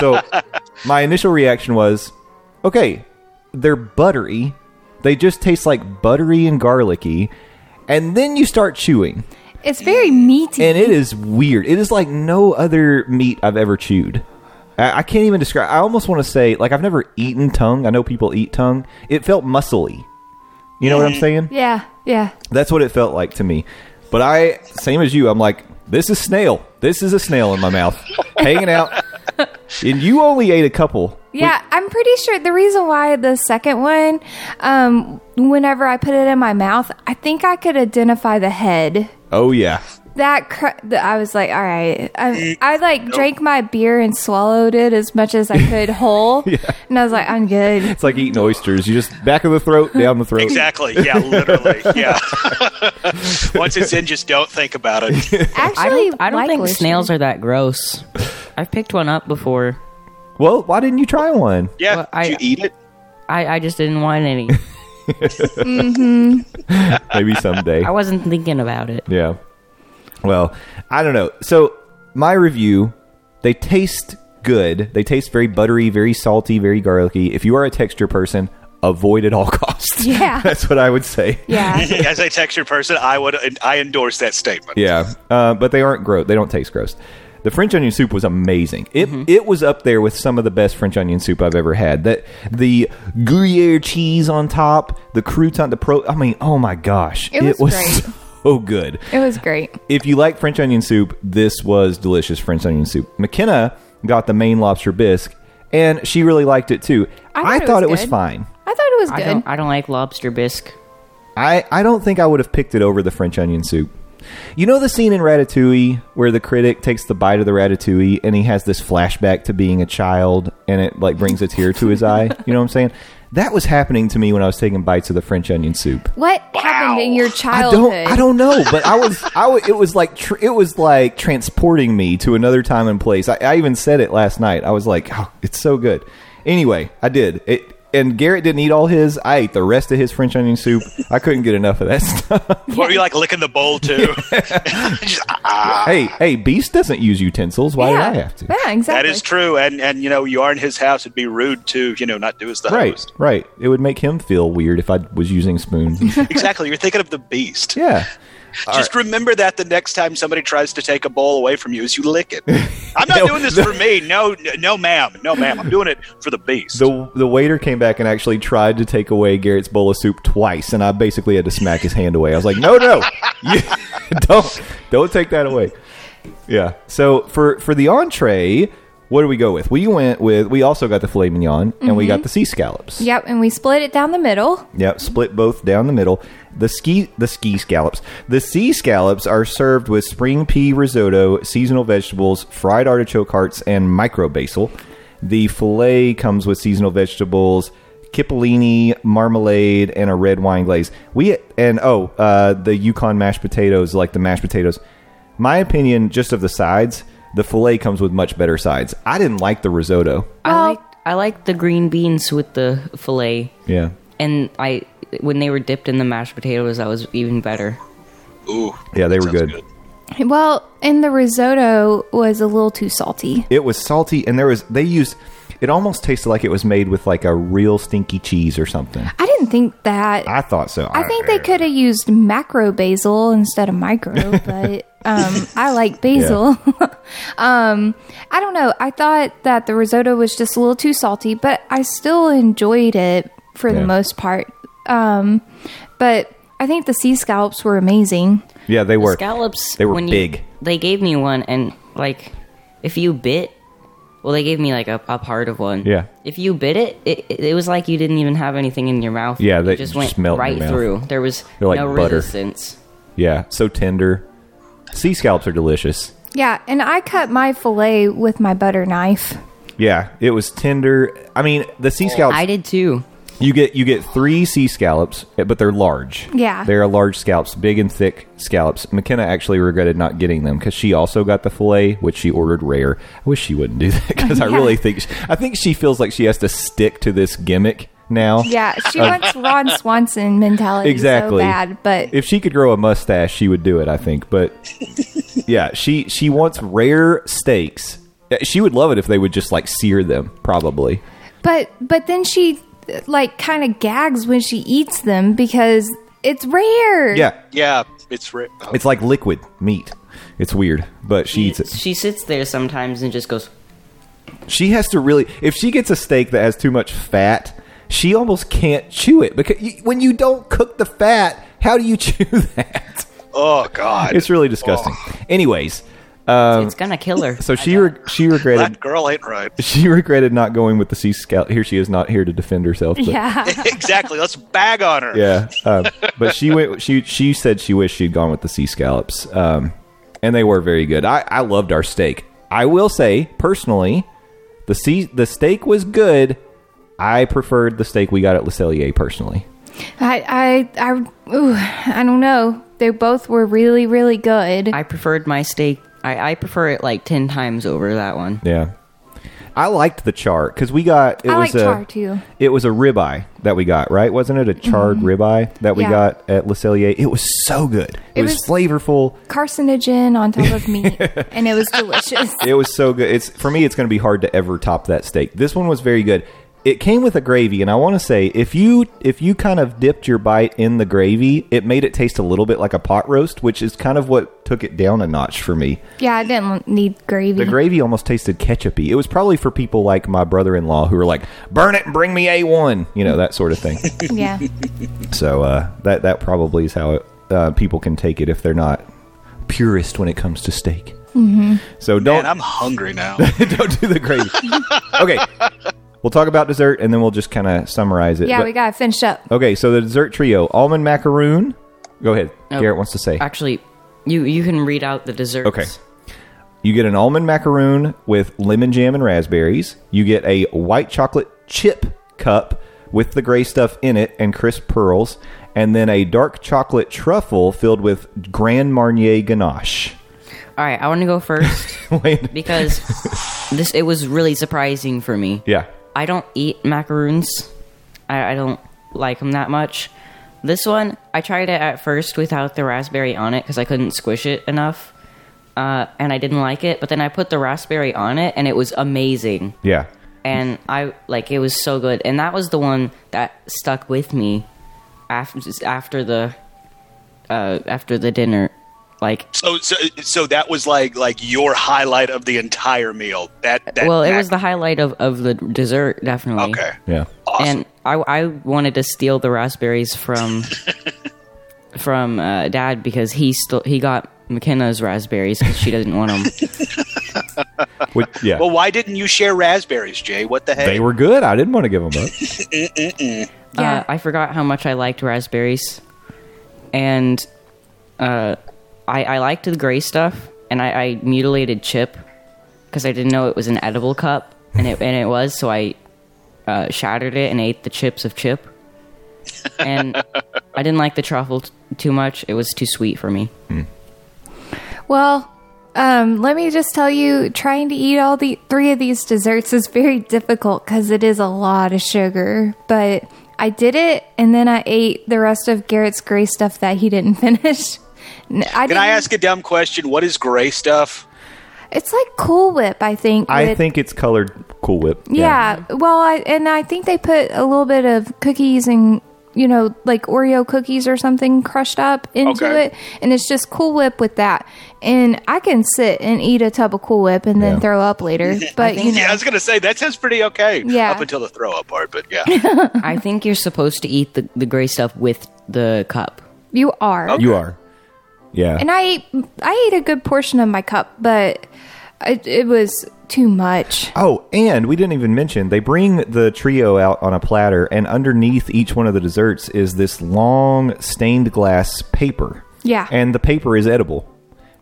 S1: so my initial reaction was, okay, they're buttery. They just taste like buttery and garlicky. And then you start chewing,
S2: It's very meaty.
S1: and it is weird. It is like no other meat I've ever chewed. I, I can't even describe. I almost want to say like I've never eaten tongue. I know people eat tongue. It felt muscly. You know what I'm saying?
S2: yeah, yeah.
S1: That's what it felt like to me. But I, same as you, I'm like, this is snail. This is a snail in my mouth, hanging out. And you only ate a couple.
S2: Yeah, I'm pretty sure the reason why the second one, um, whenever I put it in my mouth, I think I could identify the head.
S1: Oh yeah,
S2: That cr- the, I was like, all right, I, I like drank my beer and swallowed it as much as I could whole, and I was like, I'm good.
S1: it's like eating oysters. You just back of the throat, down the throat.
S4: Exactly. Yeah. Literally. Yeah. Once it's in, just don't think about it.
S2: Actually,
S3: I don't I don't
S2: like
S3: think
S2: oysters.
S3: snails are that gross. I've picked one up before.
S1: Well, why didn't you try one?
S4: Yeah.
S3: Well, I-
S4: Did you eat it?
S3: I, I just didn't want any.
S1: Maybe someday.
S3: I wasn't thinking about it.
S1: Yeah. Well, I don't know. So my review, they taste good. They taste very buttery, very salty, very garlicky. If you are a texture person, avoid at all costs.
S2: Yeah.
S1: that's what I would say.
S2: Yeah,
S4: As a textured person, I would I endorse that statement.
S1: Yeah, uh, but they aren't gross. They don't taste gross. The French onion soup was amazing. It it was up there with some of the best French onion soup I've ever had. That the Gruyere cheese on top, the crouton, the pro. I mean, oh my gosh,
S2: It was great.
S1: so good.
S2: It was great.
S1: If you like French onion soup, this was delicious French onion soup. McKenna got the main lobster bisque, and she really liked it too. I thought, it, was,
S2: good.
S1: fine.
S2: I thought it was
S3: I
S2: good.
S3: don't. I don't like lobster bisque.
S1: I, I don't think I would have picked it over the French onion soup. You know the scene in Ratatouille where the critic takes the bite of the ratatouille and he has this flashback to being a child and it like brings a tear to his eye. You know what I'm saying? That was happening to me when I was taking bites of the French onion soup.
S2: What happened in your
S1: I
S2: childhood?
S1: don't I don't know, but I was I wa- it was like tr- it was like transporting me to another time and place. I, I even said it last night. I was like, oh, it's so good. Anyway, I did it. And Garrett didn't eat all his. I ate the rest of his French onion soup. I couldn't get enough of that stuff.
S4: Were you like licking the bowl too? Just, ah, ah.
S1: hey, hey, Beast doesn't use utensils. Why
S2: yeah.
S1: did I have to?
S2: Yeah,
S4: that
S2: exactly.
S4: is true. And and you know, you are in his house. It'd be rude to you know not do as the
S1: Right,
S4: host.
S1: right. It would make him feel weird if I was using spoons. and shit.
S4: Exactly. You're thinking of the beast.
S1: yeah.
S4: Just remember that the next time somebody tries to take a bowl away from you, is you lick it. I'm not
S1: No,
S4: doing this
S1: no.
S4: for me. No, n- no, ma'am. No, ma'am. I'm doing it for the beast.
S1: The the waiter came back and actually tried to take away Garrett's bowl of soup twice, and I basically had to smack his hand away. I was like, "No, no, you, don't don't take that away." Yeah. So for for the entree, what do we go with? We went with we also got the filet mignon and we got the sea scallops.
S2: Yep, and we split it down the middle.
S1: Yep, split both down the middle. The ski the ski scallops. The sea scallops are served with spring pea risotto, seasonal vegetables, fried artichoke hearts, and micro basil. The fillet comes with seasonal vegetables, kipolini, marmalade, and a red wine glaze. We and oh, uh, the Yukon mashed potatoes, like the mashed potatoes. My opinion, just of the sides, the fillet comes with much better sides. I didn't like the risotto.
S2: Well-
S3: I like. I like the green beans with the fillet,
S1: Yeah.
S3: and I when they were dipped in the mashed potatoes, that was even better.
S4: Ooh,
S1: Yeah, they were
S4: sounds
S1: good.
S2: Well, and the risotto was a little too salty.
S1: It was salty, and there was they used. It almost tasted like it was made with like a real stinky cheese or something.
S2: I didn't think that.
S1: I thought so.
S2: I think they could have used macro basil instead of micro, but um, I like basil. um, I don't know. I thought that the risotto was just a little too salty, but I still enjoyed it for
S1: Yeah.
S2: the most part. Um, but I think the sea scallops were amazing.
S1: Yeah, they were.
S3: Scallops.
S1: They were
S3: when you-
S1: big.
S3: they gave me one, and like, if you bit, well, they gave me like a, a part of one.
S1: Yeah.
S3: If you bit it, it, it was like you didn't even have anything in your mouth.
S1: Yeah, they
S3: it just
S1: just
S3: went
S1: melt in
S3: right
S1: your mouth.
S3: through. There was
S1: They're like
S3: no
S1: butter.
S3: resistance.
S1: Yeah, so tender. Sea scallops are delicious.
S2: Yeah, and I cut my fillet with my butter knife.
S1: Yeah, it was tender. I mean, the sea
S2: Oh,
S1: scallops.
S3: I did too.
S1: You get you get three sea scallops, eh, but they're large.
S2: Yeah.
S1: they are large scallops, big and thick scallops. McKenna actually regretted not getting them because she also got the fillet, which she ordered rare. I wish she wouldn't do that because I
S2: Yeah.
S1: really think she, I think she feels like she has to stick to this gimmick now.
S2: Yeah, she wants Ron Swanson mentality
S1: Uh, exactly.
S2: so bad, but
S1: if she could grow a mustache, she would do it. I think, but yeah, she she wants rare steaks. Uh, She would love it if they would just like sear them, probably.
S2: But but then she like kind of gags when she eats them because it's rare.
S1: Yeah,
S4: Yeah, it's ri- oh,
S1: it's like liquid meat. It's weird, but she eats it.
S3: She sits there sometimes and just goes.
S1: She has to really. If she gets a steak that has too much fat, she almost can't chew it because you, when you don't cook the fat, how do you chew that?
S4: oh god,
S1: It's really disgusting. Anyways,
S3: it's gonna kill her.
S1: Um, so she re- she regretted
S4: that girl ain't right.
S1: she regretted not going with the sea scout. Here she is, not here to defend herself. but-
S2: Yeah.
S4: exactly. Let's bag on her.
S1: yeah. Um, but she went. She she said she wished she'd gone with the sea scallops, um, and they were very good. I I loved our steak. I will say personally, the sea the steak was good. I preferred the steak we got at Le Cellier personally.
S2: I I I ooh, I don't know. They both were really really good.
S3: I preferred my steak. I, I prefer it like ten times over that one.
S1: Yeah. I liked the char because we got it
S2: I
S1: was
S2: like
S1: a
S2: char, too.
S1: it was a ribeye that we got right wasn't it a charred ribeye that we
S2: Mm-hmm. Yeah.
S1: got at Le Cellier it was so good it,
S2: It
S1: was,
S2: was-
S1: flavorful
S2: Carcinogen on top of meat, and it was delicious.
S1: it was so good it's for me it's going to be hard to ever top that steak this one was very good it came with a gravy and I want to say if you if you kind of dipped your bite in the gravy it made it taste a little bit like a pot roast which is kind of what took it down a notch for me
S2: Yeah, I didn't need gravy.
S1: The gravy almost tasted ketchupy. It was probably for people like my brother-in-law who were like, "Burn it and bring me a one," you know that sort of thing.
S2: yeah.
S1: so uh, that that probably is how it uh, people can take it if they're not purist when it comes to steak. So don't
S4: Man, I'm hungry now.
S1: don't do the gravy. okay, we'll talk about dessert and then we'll just kind of summarize it.
S2: Yeah,
S1: But-
S2: we got it finished up.
S1: okay, so the dessert trio: almond macaroon. Go ahead. Garrett wants to say.
S3: Actually, you you can read out the desserts.
S1: Okay. You get an almond macaroon with lemon jam and raspberries. You get a white chocolate chip cup with the gray stuff in it and crisp pearls, and then a dark chocolate truffle filled with Grand Marnier ganache.
S3: All right, I want to go first
S1: Wait.
S3: because this it was really surprising for me.
S1: Yeah.
S3: I don't eat macaroons. I, I don't like them that much. This one, I tried it at first without the raspberry on it because I couldn't squish it enough, uh, and I didn't like it. But then I put the raspberry on it, and it was amazing.
S1: Yeah.
S3: and I like it was so good, and that was the one that stuck with me after after the uh, after the dinner. Like,
S4: so, so, so that was like like your highlight of the entire meal. That, that
S3: well, it
S4: mac-
S3: was the highlight of of the dessert, definitely.
S4: okay.
S1: Yeah.
S3: and I I wanted to steal the raspberries from from uh, Dad because he still he got McKenna's raspberries because she doesn't want them.
S1: Which, yeah.
S4: Well, why didn't you share raspberries, Jay? What the heck?
S1: they were good. I didn't want to give them up.
S2: Yeah.
S3: Uh, I forgot how much I liked raspberries, and uh, I, I liked the gray stuff, and I, I mutilated Chip because I didn't know it was an edible cup, and it and it was, so I uh, shattered it and ate the chips of Chip, and I didn't like the truffle t- too much; it was too sweet for me.
S2: Well, um, let me just tell you, trying to eat all the three of these desserts is very difficult because it is a lot of sugar. But I did it, and then I ate the rest of Garrett's gray stuff that he didn't finish. N- I
S4: Can I ask a dumb question? What is gray stuff?
S2: It's like Cool Whip, I think.
S1: I
S2: with-
S1: think it's colored Cool Whip.
S2: Yeah. Well, I, and I think they put a little bit of cookies and you know like Oreo cookies or something crushed up into
S4: Okay.
S2: it, and it's just Cool Whip with that. And I can sit and eat a tub of Cool Whip and then
S1: Yeah.
S2: throw up later. But you know,
S4: Yeah, I was gonna say that sounds pretty okay.
S2: Yeah.
S4: Up until the throw up part, but yeah.
S3: I think you're supposed to eat the, the gray stuff with the cup.
S2: you are.
S1: You are. Yeah.
S2: And I ate I ate a good portion of my cup, but it, it was too much.
S1: Oh, and we didn't even mention they bring the trio out on a platter, and underneath each one of the desserts is this long stained glass paper.
S2: Yeah.
S1: And the paper is edible.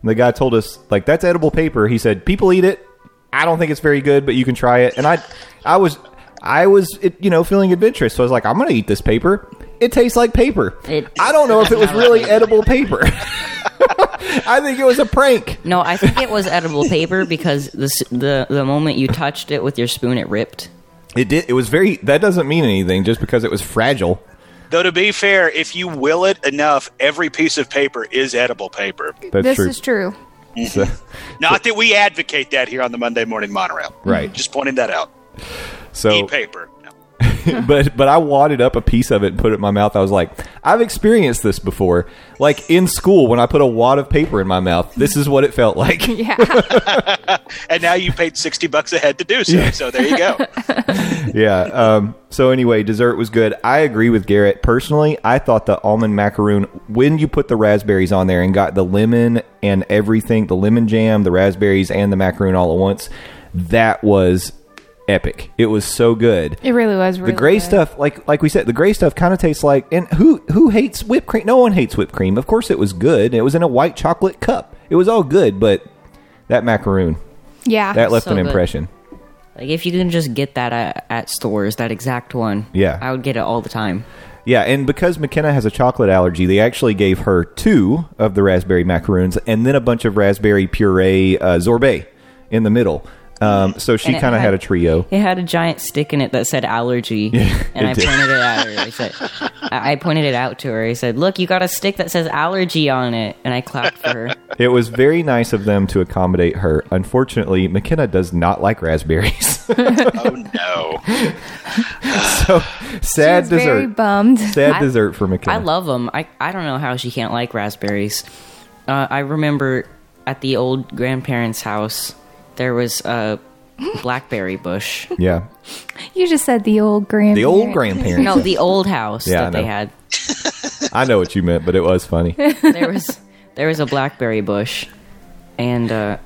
S1: And the guy told us, like, that's edible paper. He said, people eat it. I don't think it's very good, but you can try it. And I, I was, I was, it, you know, feeling adventurous. So I was like, I'm going to eat this paper. It tastes like paper.
S3: It-
S1: I don't know if it was really edible paper. I think it was a prank.
S3: No, I think it was edible paper because the s- the the moment you touched it with your spoon, it ripped.
S1: It did. It was very. That doesn't mean anything just because it was fragile.
S4: Though to be fair, if you will it enough, every piece of paper is edible paper.
S1: That's
S2: this
S1: true.
S2: is true.
S1: So-
S4: Not that we advocate that here on the Monday Morning Monorail.
S1: Right.
S4: Just pointing that out.
S1: so,
S4: Eat paper. No.
S1: but but I wadded up a piece of it and put it in my mouth. I was like, I've experienced this before. Like in school, when I put a wad of paper in my mouth, this is what it felt like.
S2: Yeah.
S4: And now you paid sixty bucks a head to do so. So there you go.
S1: yeah. Um, so anyway, dessert was good. I agree with Garrett personally. I thought the almond macaroon when you put the raspberries on there and got the lemon and everything, the lemon jam, the raspberries, and the macaroon all at once, that was epic. It was so good.
S2: it really was really
S1: the gray
S2: good.
S1: stuff like like we said the gray stuff kind of tastes like and who who hates whipped cream no one hates whipped cream of course it was good it was in a white chocolate cup it was all good but that macaroon
S2: Yeah.
S1: that left
S3: so
S1: an
S3: good.
S1: impression
S3: Like if you can just get that at, at stores, that exact one.
S1: Yeah.
S3: I would get it all the time.
S1: yeah and because mckenna has a chocolate allergy they actually gave her two of the raspberry macaroons and then a bunch of raspberry puree uh, sorbet in the middle um, so she
S3: And it
S1: kind of
S3: had-
S1: had a trio
S3: It had a giant stick in it that said allergy, and
S1: it
S3: I
S1: did.
S3: pointed it at her. I said, I I pointed it out to her. I said, "Look, you got a stick that says allergy on it," and I clapped for her.
S1: it was very nice of them to accommodate her unfortunately mckenna does not like raspberries
S4: Oh no.
S1: so sad dessert
S2: was very bummed.
S1: Sad
S3: I-
S1: dessert for McKenna.
S3: I love them. I I don't know how she can't like raspberries. Uh, I remember at the old grandparents' house there was a blackberry bush.
S1: Yeah,
S2: You just said the old grand.
S1: the old grandparents.
S3: No, the old house
S1: Yeah, I
S3: that they
S1: know.
S3: had.
S1: I know what you meant, but it was funny.
S3: there was there was a blackberry bush, and uh,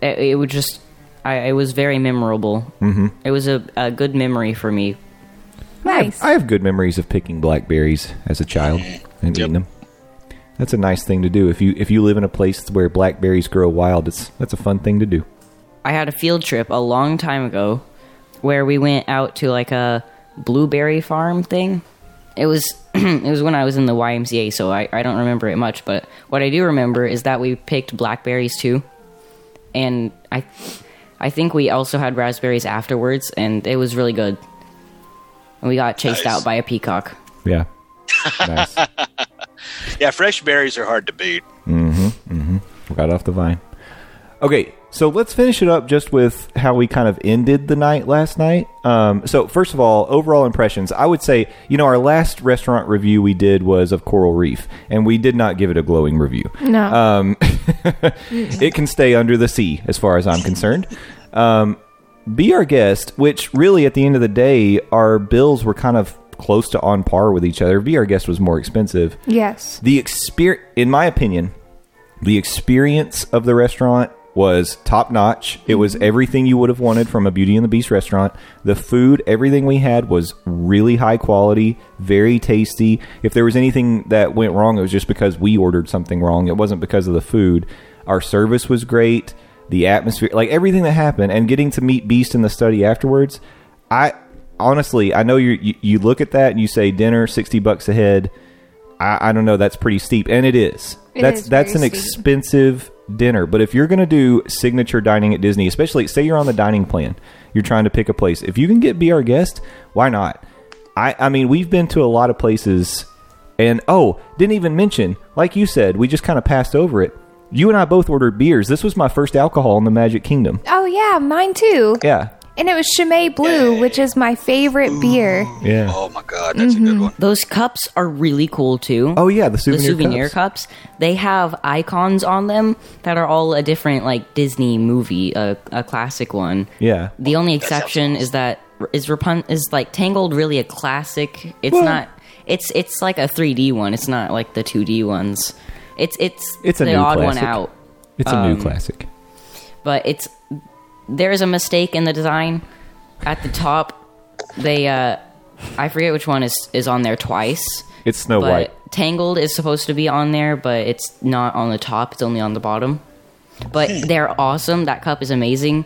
S3: it, it would just I, it was very memorable. Mm-hmm. It was a, a good memory for me.
S2: Nice.
S1: I have good memories of picking blackberries as a child and eating them. That's a nice thing to do. If you if you live in a place where blackberries grow wild, it's that's a fun thing to do.
S3: I had a field trip a long time ago where we went out to like a blueberry farm thing. It was it was when I was in the YMCA, so I, I don't remember it much, but what I do remember is that we picked blackberries too. And I I think we also had raspberries afterwards and it was really good. And we got chased
S4: Nice.
S3: out by a peacock.
S1: Yeah. nice.
S4: Yeah, fresh berries are hard to beat.
S1: Right off the vine. Okay, so let's finish it up just with how we kind of ended the night last night. Um, so, first of all, overall impressions. I would say, you know, our last restaurant review we did was of Coral Reef, and we did not give it a glowing review.
S2: no.
S1: Um, it can stay under the sea, as far as I'm concerned. Um, be our guest, which really at the end of the day, our bills were kind of close to on par with each other. Be our guest was more expensive.
S2: yes.
S1: The experience, in my opinion, the experience of the restaurant was top notch. It was
S2: Mm-hmm.
S1: everything you would have wanted from a Beauty and the Beast restaurant. The food, everything we had was really high quality, very tasty. If there was anything that went wrong, it was just because we ordered something wrong. It wasn't because of the food. Our service was great. The atmosphere, like everything that happened, and getting to meet Beast in the study afterwards, I honestly, I know you're, you you look at that and you say dinner sixty bucks a head. I, I don't know. That's pretty steep, and it is.
S2: It
S1: that's
S2: is
S1: that's an
S2: very steep.
S1: expensive dinner. But if you're going to do signature dining at Disney, especially say you're on the dining plan, you're trying to pick a place. If you can get be our guest, why not? I I mean, we've been to a lot of places, and oh, didn't even mention. Like you said, we just kind of passed over it. You and I both ordered beers. This was my first alcohol in the Magic Kingdom.
S2: Oh yeah, mine too.
S1: Yeah,
S2: And it was Chimay Blue, which is my favorite beer.
S1: yeah.
S4: Oh my god, that's a good one.
S3: Those cups are really cool too.
S1: Oh yeah, the souvenir,
S3: the souvenir cups. They have icons on them that are all a different like Disney movie, a, a classic one.
S1: Yeah,
S3: The only exception is that is Rapun is like Tangled really a classic. It's
S1: Well-
S3: not. It's it's like a 3D one. It's not like the 2D ones. It's it's
S1: It's a
S3: the
S1: new
S3: odd
S1: classic.
S3: one out.
S1: it's a
S3: Um,
S1: new classic.
S3: But it's there is a mistake in the design at the top. They uh I forget which one is is on there twice
S1: It's Snow
S3: but
S1: White.
S3: Tangled is supposed to be on there, but it's not on the top. It's only on the bottom. But they're awesome. That cup is amazing,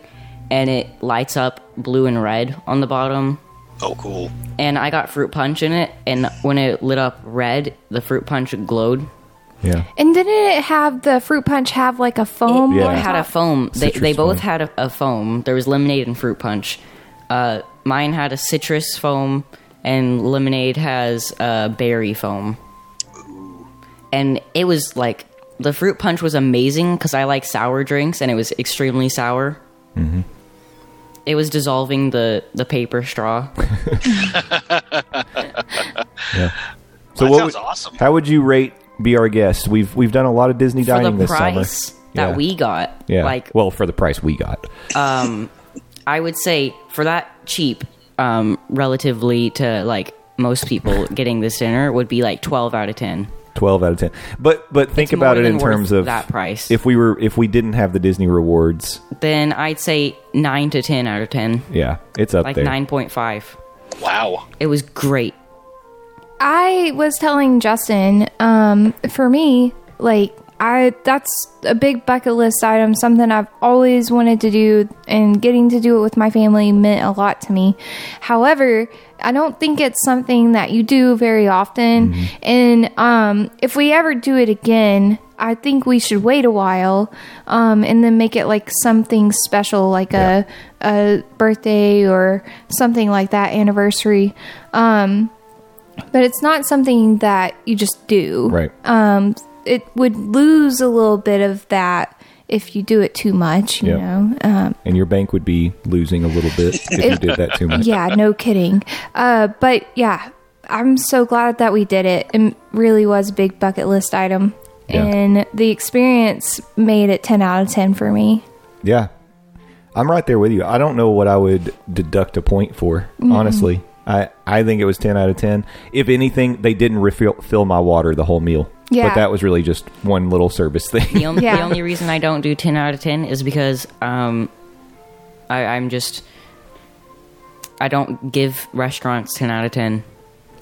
S3: and it lights up blue and red on the bottom.
S4: Oh, cool.
S3: And I got fruit punch in it, and when it lit up red, the fruit punch glowed.
S1: Yeah.
S2: And didn't it have the fruit punch have like a foam?
S1: Yeah.
S2: on
S3: It had a
S2: top?
S3: foam. They,
S1: Citrus
S3: they both
S1: foam.
S3: had a, a foam. There was lemonade and fruit punch. Uh, mine had a citrus foam, and lemonade has a berry foam. And it was like the fruit punch was amazing because I like sour drinks, and it was extremely sour.
S1: Mm-hmm.
S3: It was dissolving the the paper straw.
S1: So
S4: That
S1: what
S4: sounds
S1: would-
S4: awesome.
S1: How would you rate Be Our Guest? We've we've done a lot of Disney
S3: for
S1: dining
S3: the
S1: this
S3: price
S1: summer.
S3: that
S1: Yeah.
S3: we got.
S1: Yeah.
S3: Like
S1: well, for the price we got.
S3: I would say for that cheap, um, relatively to like most people getting this dinner would be like twelve out of ten.
S1: 12 out of 10. But but think about
S3: more
S1: it in
S3: than worth
S1: terms of
S3: that price.
S1: If we were if we didn't have the Disney rewards,
S3: Then I'd say nine to ten out of ten,
S1: yeah, it's up
S3: like
S1: there.
S3: nine point five.
S4: Wow.
S3: It was great.
S2: I was telling Justin, um, for me, like I that's a big bucket list item, something I've always wanted to do and getting to do it with my family meant a lot to me. However, I don't think it's something that you do very often. And um if we ever do it again, I think we should wait a while um, and then make it like something special, like a, a birthday or something like that, anniversary. Um, but it's not something that you just do.
S1: Right.
S2: Um, it would lose a little bit of that if you do it too much. You
S1: Yep.
S2: know. Um,
S1: and your bank would be losing a little bit if you did that too much.
S2: uh, yeah. No kidding. Uh, but yeah, I'm so glad that we did it. It really was a big bucket list item,
S1: Yeah.
S2: and the experience made it 10 out of 10 for me.
S1: Yeah.
S2: Mm-hmm.
S1: I'm right there with you. I don't know what I would deduct a point for, honestly. I, I think it was 10 out of 10. If anything, they didn't refill fill my water the whole meal.
S2: Yeah.
S1: But that was really just one little service thing.
S3: The only,
S2: Yeah.
S3: the only reason I don't do 10 out of 10 is because um, I, I'm just. I don't give restaurants 10 out of 10.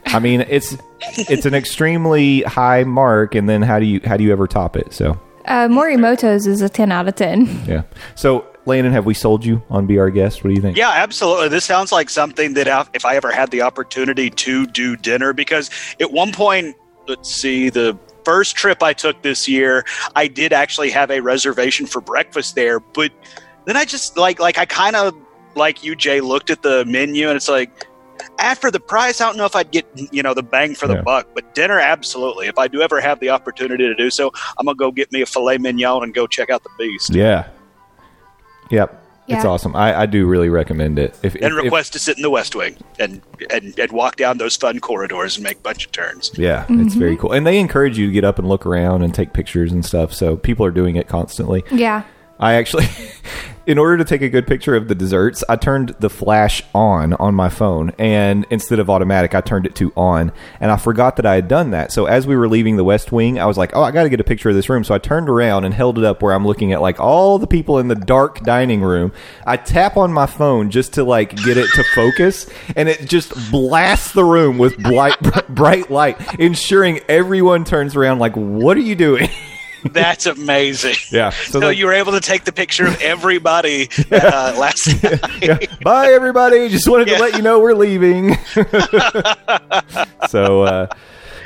S1: I mean, it's it's an extremely high mark and then how do you how do you ever top it? So,
S2: Uh, Morimoto's is a 10 out of 10.
S1: yeah. So, Landon, have we sold you on Be Our Guest? What do you think?
S4: Yeah, absolutely. This sounds like something that I- if I ever had the opportunity to do dinner, because at one point, let's see, the first trip I took this year, I did actually have a reservation for breakfast there, but then I just like like I kind of like you, Jay, looked at the menu and it's like. After the price, I don't know if I'd get you know the bang for the
S1: Yeah.
S4: buck, but dinner absolutely. If I do ever have the opportunity to do so, I'm gonna go get me a filet mignon and go check out the beast
S1: Yeah. Yep. It's
S2: Yeah.
S1: awesome. I, I do really recommend it. If,
S4: and
S1: if- if-
S4: request to sit in the West Wing and, and and walk down those fun corridors and make a bunch of turns.
S1: yeah, it's very cool. And they encourage you to get up and look around and take pictures and stuff. So people are doing it constantly.
S2: Yeah.
S1: I actually, in order to take a good picture of the desserts, I turned the flash on on my phone, and instead of automatic, I turned it to on, and I forgot that I had done that. So as we were leaving the West Wing, I was like, "Oh, I got to get a picture of this room." So I turned around and held it up where I'm looking at like all the people in the dark dining room. I tap on my phone just to like get it to focus, and it just blasts the room with bright, bright light, ensuring everyone turns around like, "What are you doing?"
S4: That's amazing.
S1: Yeah, so
S4: So,
S1: that-
S4: you were able to take the picture of everybody uh, last night.
S1: Bye, everybody. Just wanted
S4: Yeah.
S1: to let you know we're leaving. so, uh,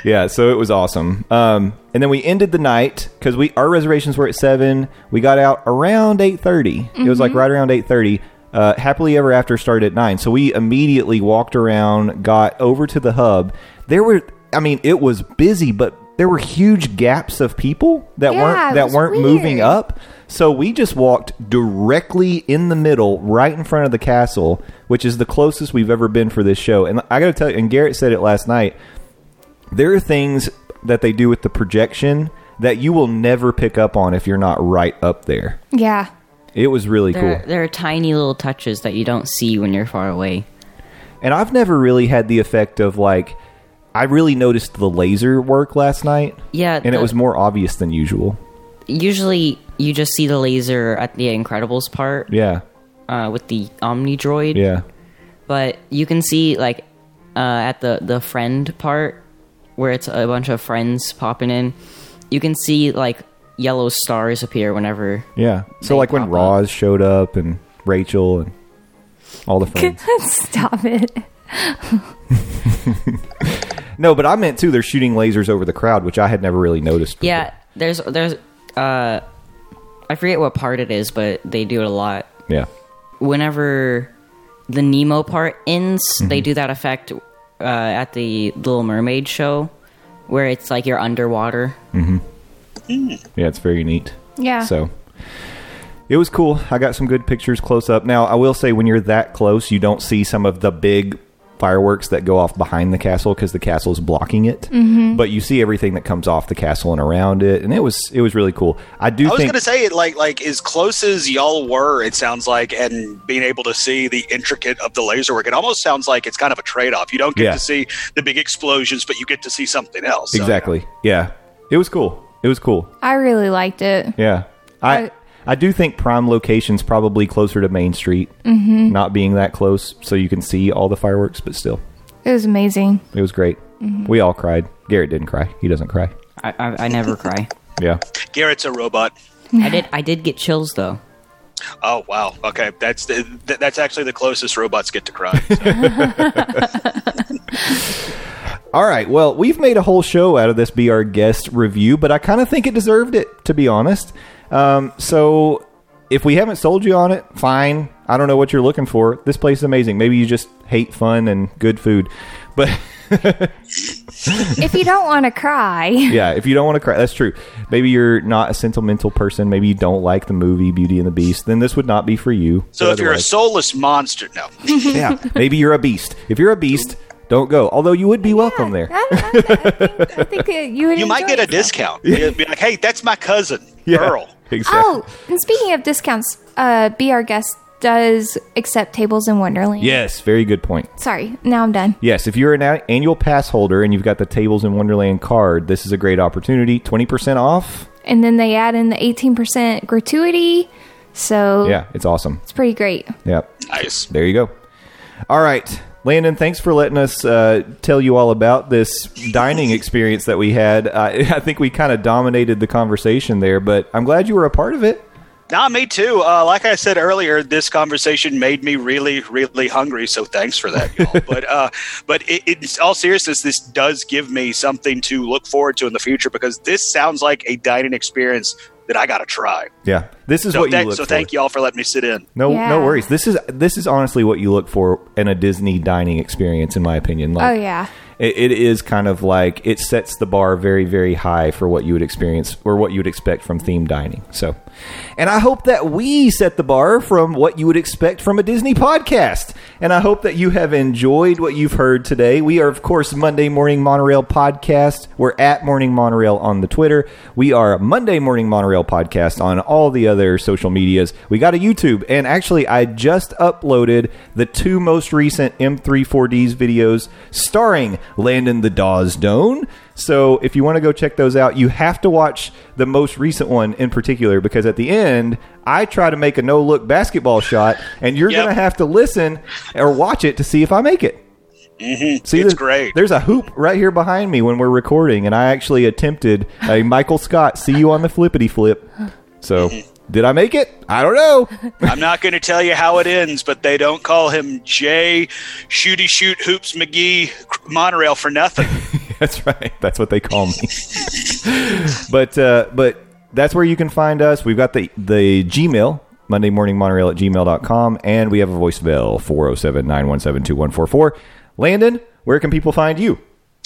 S1: yeah, so it was awesome. Um, and then we ended the night because we our reservations were at seven. We got out around eight It was
S2: Mm-hmm.
S1: like right around eight thirty. Uh, Happily ever after started at nine, so we immediately walked around, got over to the hub. There were, I mean, it was busy, but there were huge gaps of people that
S2: Yeah, it
S1: weren't that
S2: was
S1: weren't moving
S2: weird.
S1: up up. So we just walked directly in the middle, right in front of the castle, which is the closest we've ever been for this show. And I got to tell you, and Garrett said it last night. There are things that they do with the projection that you will never pick up on if you're not right up there.
S2: Yeah.
S1: It was really
S3: There,
S1: cool.
S3: there are tiny little touches that you don't see when you're far away.
S1: And I've never really had the effect of like I really noticed the laser work last night.
S3: Yeah,
S1: And it
S3: the-
S1: was more obvious than usual.
S3: Usually, you just see the laser at the Incredibles part
S1: Yeah.
S3: uh, with the Omni Droid.
S1: Yeah.
S3: but you can see like uh, at the the friend part where it's a bunch of friends popping in you can see like yellow stars appear whenever
S1: Yeah. So
S3: They
S1: like when
S3: pop up.
S1: Roz showed up and Rachel and all the friends.
S2: Stop it.
S1: No, but I meant too. They're shooting lasers over the crowd, which I had never really noticed. before.
S3: yeah there's there's uh i forget what part it is but they do it a lot
S1: yeah,
S3: whenever the nemo part ends they
S1: Mm-hmm.
S3: do that effect uh, at the little mermaid show where it's like you're underwater
S1: yeah. It's very neat.
S2: Yeah.
S1: So it was cool. I got some good pictures close up. Now I will say, when you're that close, you don't see some of the big fireworks that go off behind the castle because the castle is blocking it.
S2: Mm-hmm.
S1: But you see everything that comes off the castle and around it, and it was it was really cool. I do
S4: I was
S1: think
S4: gonna say it like like as close as y'all were, it sounds like, and being able to see the intricate of the laser work, it almost sounds like it's kind of a trade off. You don't get
S1: Yeah.
S4: to see the big explosions, but you get to see something else. So,
S1: exactly. yeah, it was cool. It was cool.
S2: I really liked it.
S1: Yeah. I, I
S2: I-
S1: do think prime location's probably closer to Main Street, mm-hmm. not being that close, so you can see all the fireworks. But still,
S2: It was amazing.
S1: it was great. We all cried. Garrett didn't cry. He doesn't cry.
S3: i i, I never cry
S1: Yeah,
S4: yeah. Garrett's a robot.
S3: i did i did get chills though
S4: Oh wow. Okay, that's the, th- that's actually the closest robots get to crime. so.
S1: All right. Well, we've made a whole show out of this Be Our Guest review, but I kind of think it deserved it, to be honest. Um, so if we haven't sold you on it, fine. I don't know what you're looking for. This place is amazing. Maybe you just hate fun and good food. But
S2: if you don't want to cry,
S1: yeah, if you don't want to cry, that's true. Maybe you're not a sentimental person. Maybe you don't like the movie Beauty and the Beast. Then this would not be for you.
S4: so if you're a
S1: Otherwise-
S4: soulless monster, no.
S1: yeah, maybe you're a beast. If you're a beast, don't go. Although you would be welcome there.
S2: I, I- I think, I think that you would
S4: you might
S2: enjoy
S4: get a
S2: it.
S4: discount. You'd be like, hey, that's my cousin,
S1: Yeah,
S4: Earl.
S1: exactly.
S2: Oh, and speaking of discounts, uh, be our guest does accept tables in Wonderland.
S1: Yes, very good point.
S2: Sorry, now I'm done.
S1: Yes, if you're an a- annual pass holder and you've got the Tables in Wonderland card, this is a great opportunity. 20% off.
S2: And then they add in the 18% gratuity. So
S1: Yeah, it's awesome.
S2: it's pretty great.
S1: Yeah.
S4: Nice.
S1: There you go. All right. Landon, thanks for letting us uh, tell you all about this dining experience that we had. I I think we kind of dominated the conversation there, but I'm glad you were a part of it.
S4: Nah, me too. Uh, like I said earlier, this conversation made me really, really hungry. So thanks for that, y'all. but uh, but it, it's all seriousness. This does give me something to look forward to in the future because this sounds like a dining experience that I got to try.
S1: Yeah, this is
S4: So,
S1: what you
S4: thank,
S1: look
S4: so
S1: for.
S4: thank y'all for letting me sit in.
S1: No,
S2: Yeah.
S1: no worries. This is this is honestly what you look for in a Disney dining experience, in my opinion.
S2: Oh,
S1: Like,
S2: yeah.
S1: it, it is kind of like it sets the bar very very high for what you would experience or what you would expect from themed dining so and i hope that we set the bar from what you would expect from a disney podcast and i hope that you have enjoyed what you've heard today we are of course monday morning monorail podcast we're at morning monorail on the twitter we are monday morning monorail podcast on all the other social medias we got a youtube and actually i just uploaded the two most recent m3 4ds videos starring Landon the Dawes Doan. So if you want to go check those out, you have to watch the most recent one in particular because at the end, I try to make a no look basketball shot, and you're
S4: Yep.
S1: going to have to listen or watch it to see if I make it. See,
S4: It's
S1: there-
S4: great.
S1: There's a hoop right here behind me when we're recording, and I actually attempted a Michael Scott "See You on the Flippity Flip." So, did I make it? I don't know.
S4: I'm not going to tell you how it ends, but they don't call him Jay Shooty Shoot Hoops McGee Monorail for nothing.
S1: That's right. That's what they call me. but uh, but that's where you can find us. We've got the the Gmail, Monday Morning Monorail at gmail.com, and we have a voicemail, 407 917 2144. Landon, where can people find you?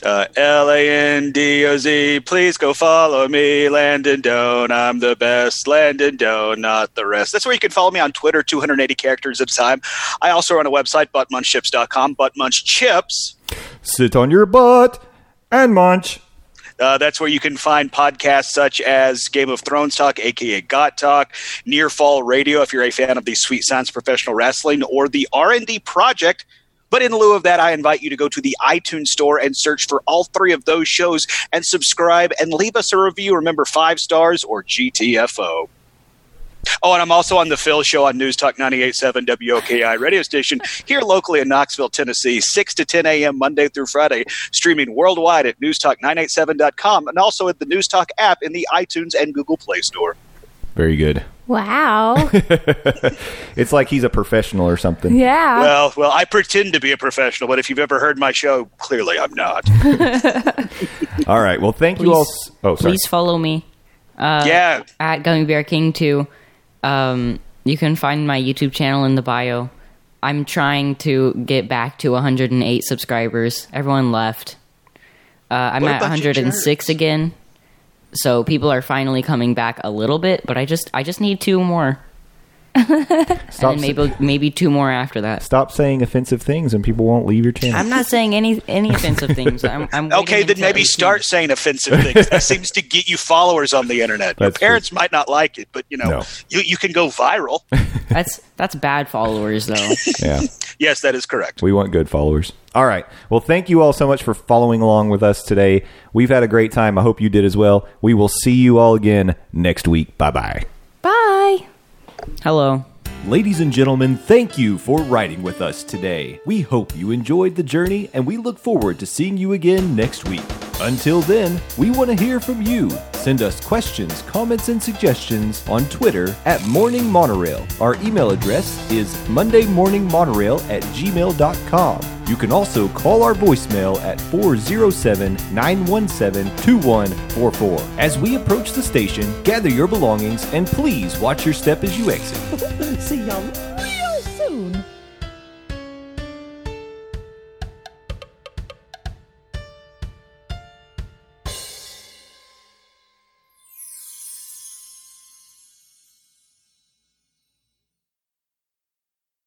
S4: Uh, L A N D O Z. Please go follow me, Landon Doan. I'm the best, Landon Doan, not the rest. That's where you can follow me on Twitter, 280 characters at a time. I also run a website, buttmunchchips.com, buttmunchchips.
S1: Sit on your butt and munch.
S4: Uh, that's where you can find podcasts such as Game of Thrones Talk, aka Got Talk, Near Fall Radio, if you're a fan of the Sweet Science Professional Wrestling, or the R and D Project. But in lieu of that, I invite you to go to the iTunes store and search for all three of those shows and subscribe and leave us a review. Remember, five stars or GTFO. Oh, and I'm also on the Phil Show on News Talk 98.7 WOKI radio station here locally in Knoxville, Tennessee, 6 to 10 a.m. Monday through Friday, streaming worldwide at newstalk987.com and also at the News Talk app in the iTunes and Google Play Store.
S1: Very good.
S2: Wow.
S1: It's like he's a professional or something.
S2: yeah.
S4: Well, well, I pretend to be a professional, but if you've ever heard my show, clearly I'm not.
S1: All right. Well, thank you all. s- Oh, sorry.
S3: Please follow me
S1: Uh,
S4: yeah,
S3: at Gummy Bear King Two. Um, you can find my YouTube channel in the bio. I'm trying to get back to 108 subscribers. Everyone left. Uh, I'm
S4: What
S3: at
S4: about your
S3: 106 again. So people are finally coming back a little bit, but I just I just need two more,
S1: Stop,
S3: and
S1: s-
S3: maybe maybe two more after that.
S1: stop saying offensive things and people won't leave your channel.
S3: I'm not saying any any offensive things. I'm, I'm waiting
S4: okay, then
S3: until
S4: maybe
S3: 18.
S4: start saying offensive things. That seems to get you followers on the internet. Your
S1: That's true.
S4: parents might not like it, but you know,
S1: No.
S4: you, you can go viral.
S3: That's that's bad followers though.
S1: yeah.
S4: yes, that is correct.
S1: We want good followers. All right. Well, thank you all so much for following along with us today. We've had a great time. I hope you did as well. We will see you all again next week. Bye bye.
S2: Bye.
S3: Hello.
S1: Ladies and gentlemen, thank you for riding with us today. We hope you enjoyed the journey and we look forward to seeing you again next week. Until then, we want to hear from you. Send us questions, comments, and suggestions on Twitter at Morning Monorail. Our email address is mondaymorningmonorail at gmail.com. You can also call our voicemail at 407 917 2144. As we approach the station, gather your belongings and please watch your step as you exit.
S5: See y'all real soon.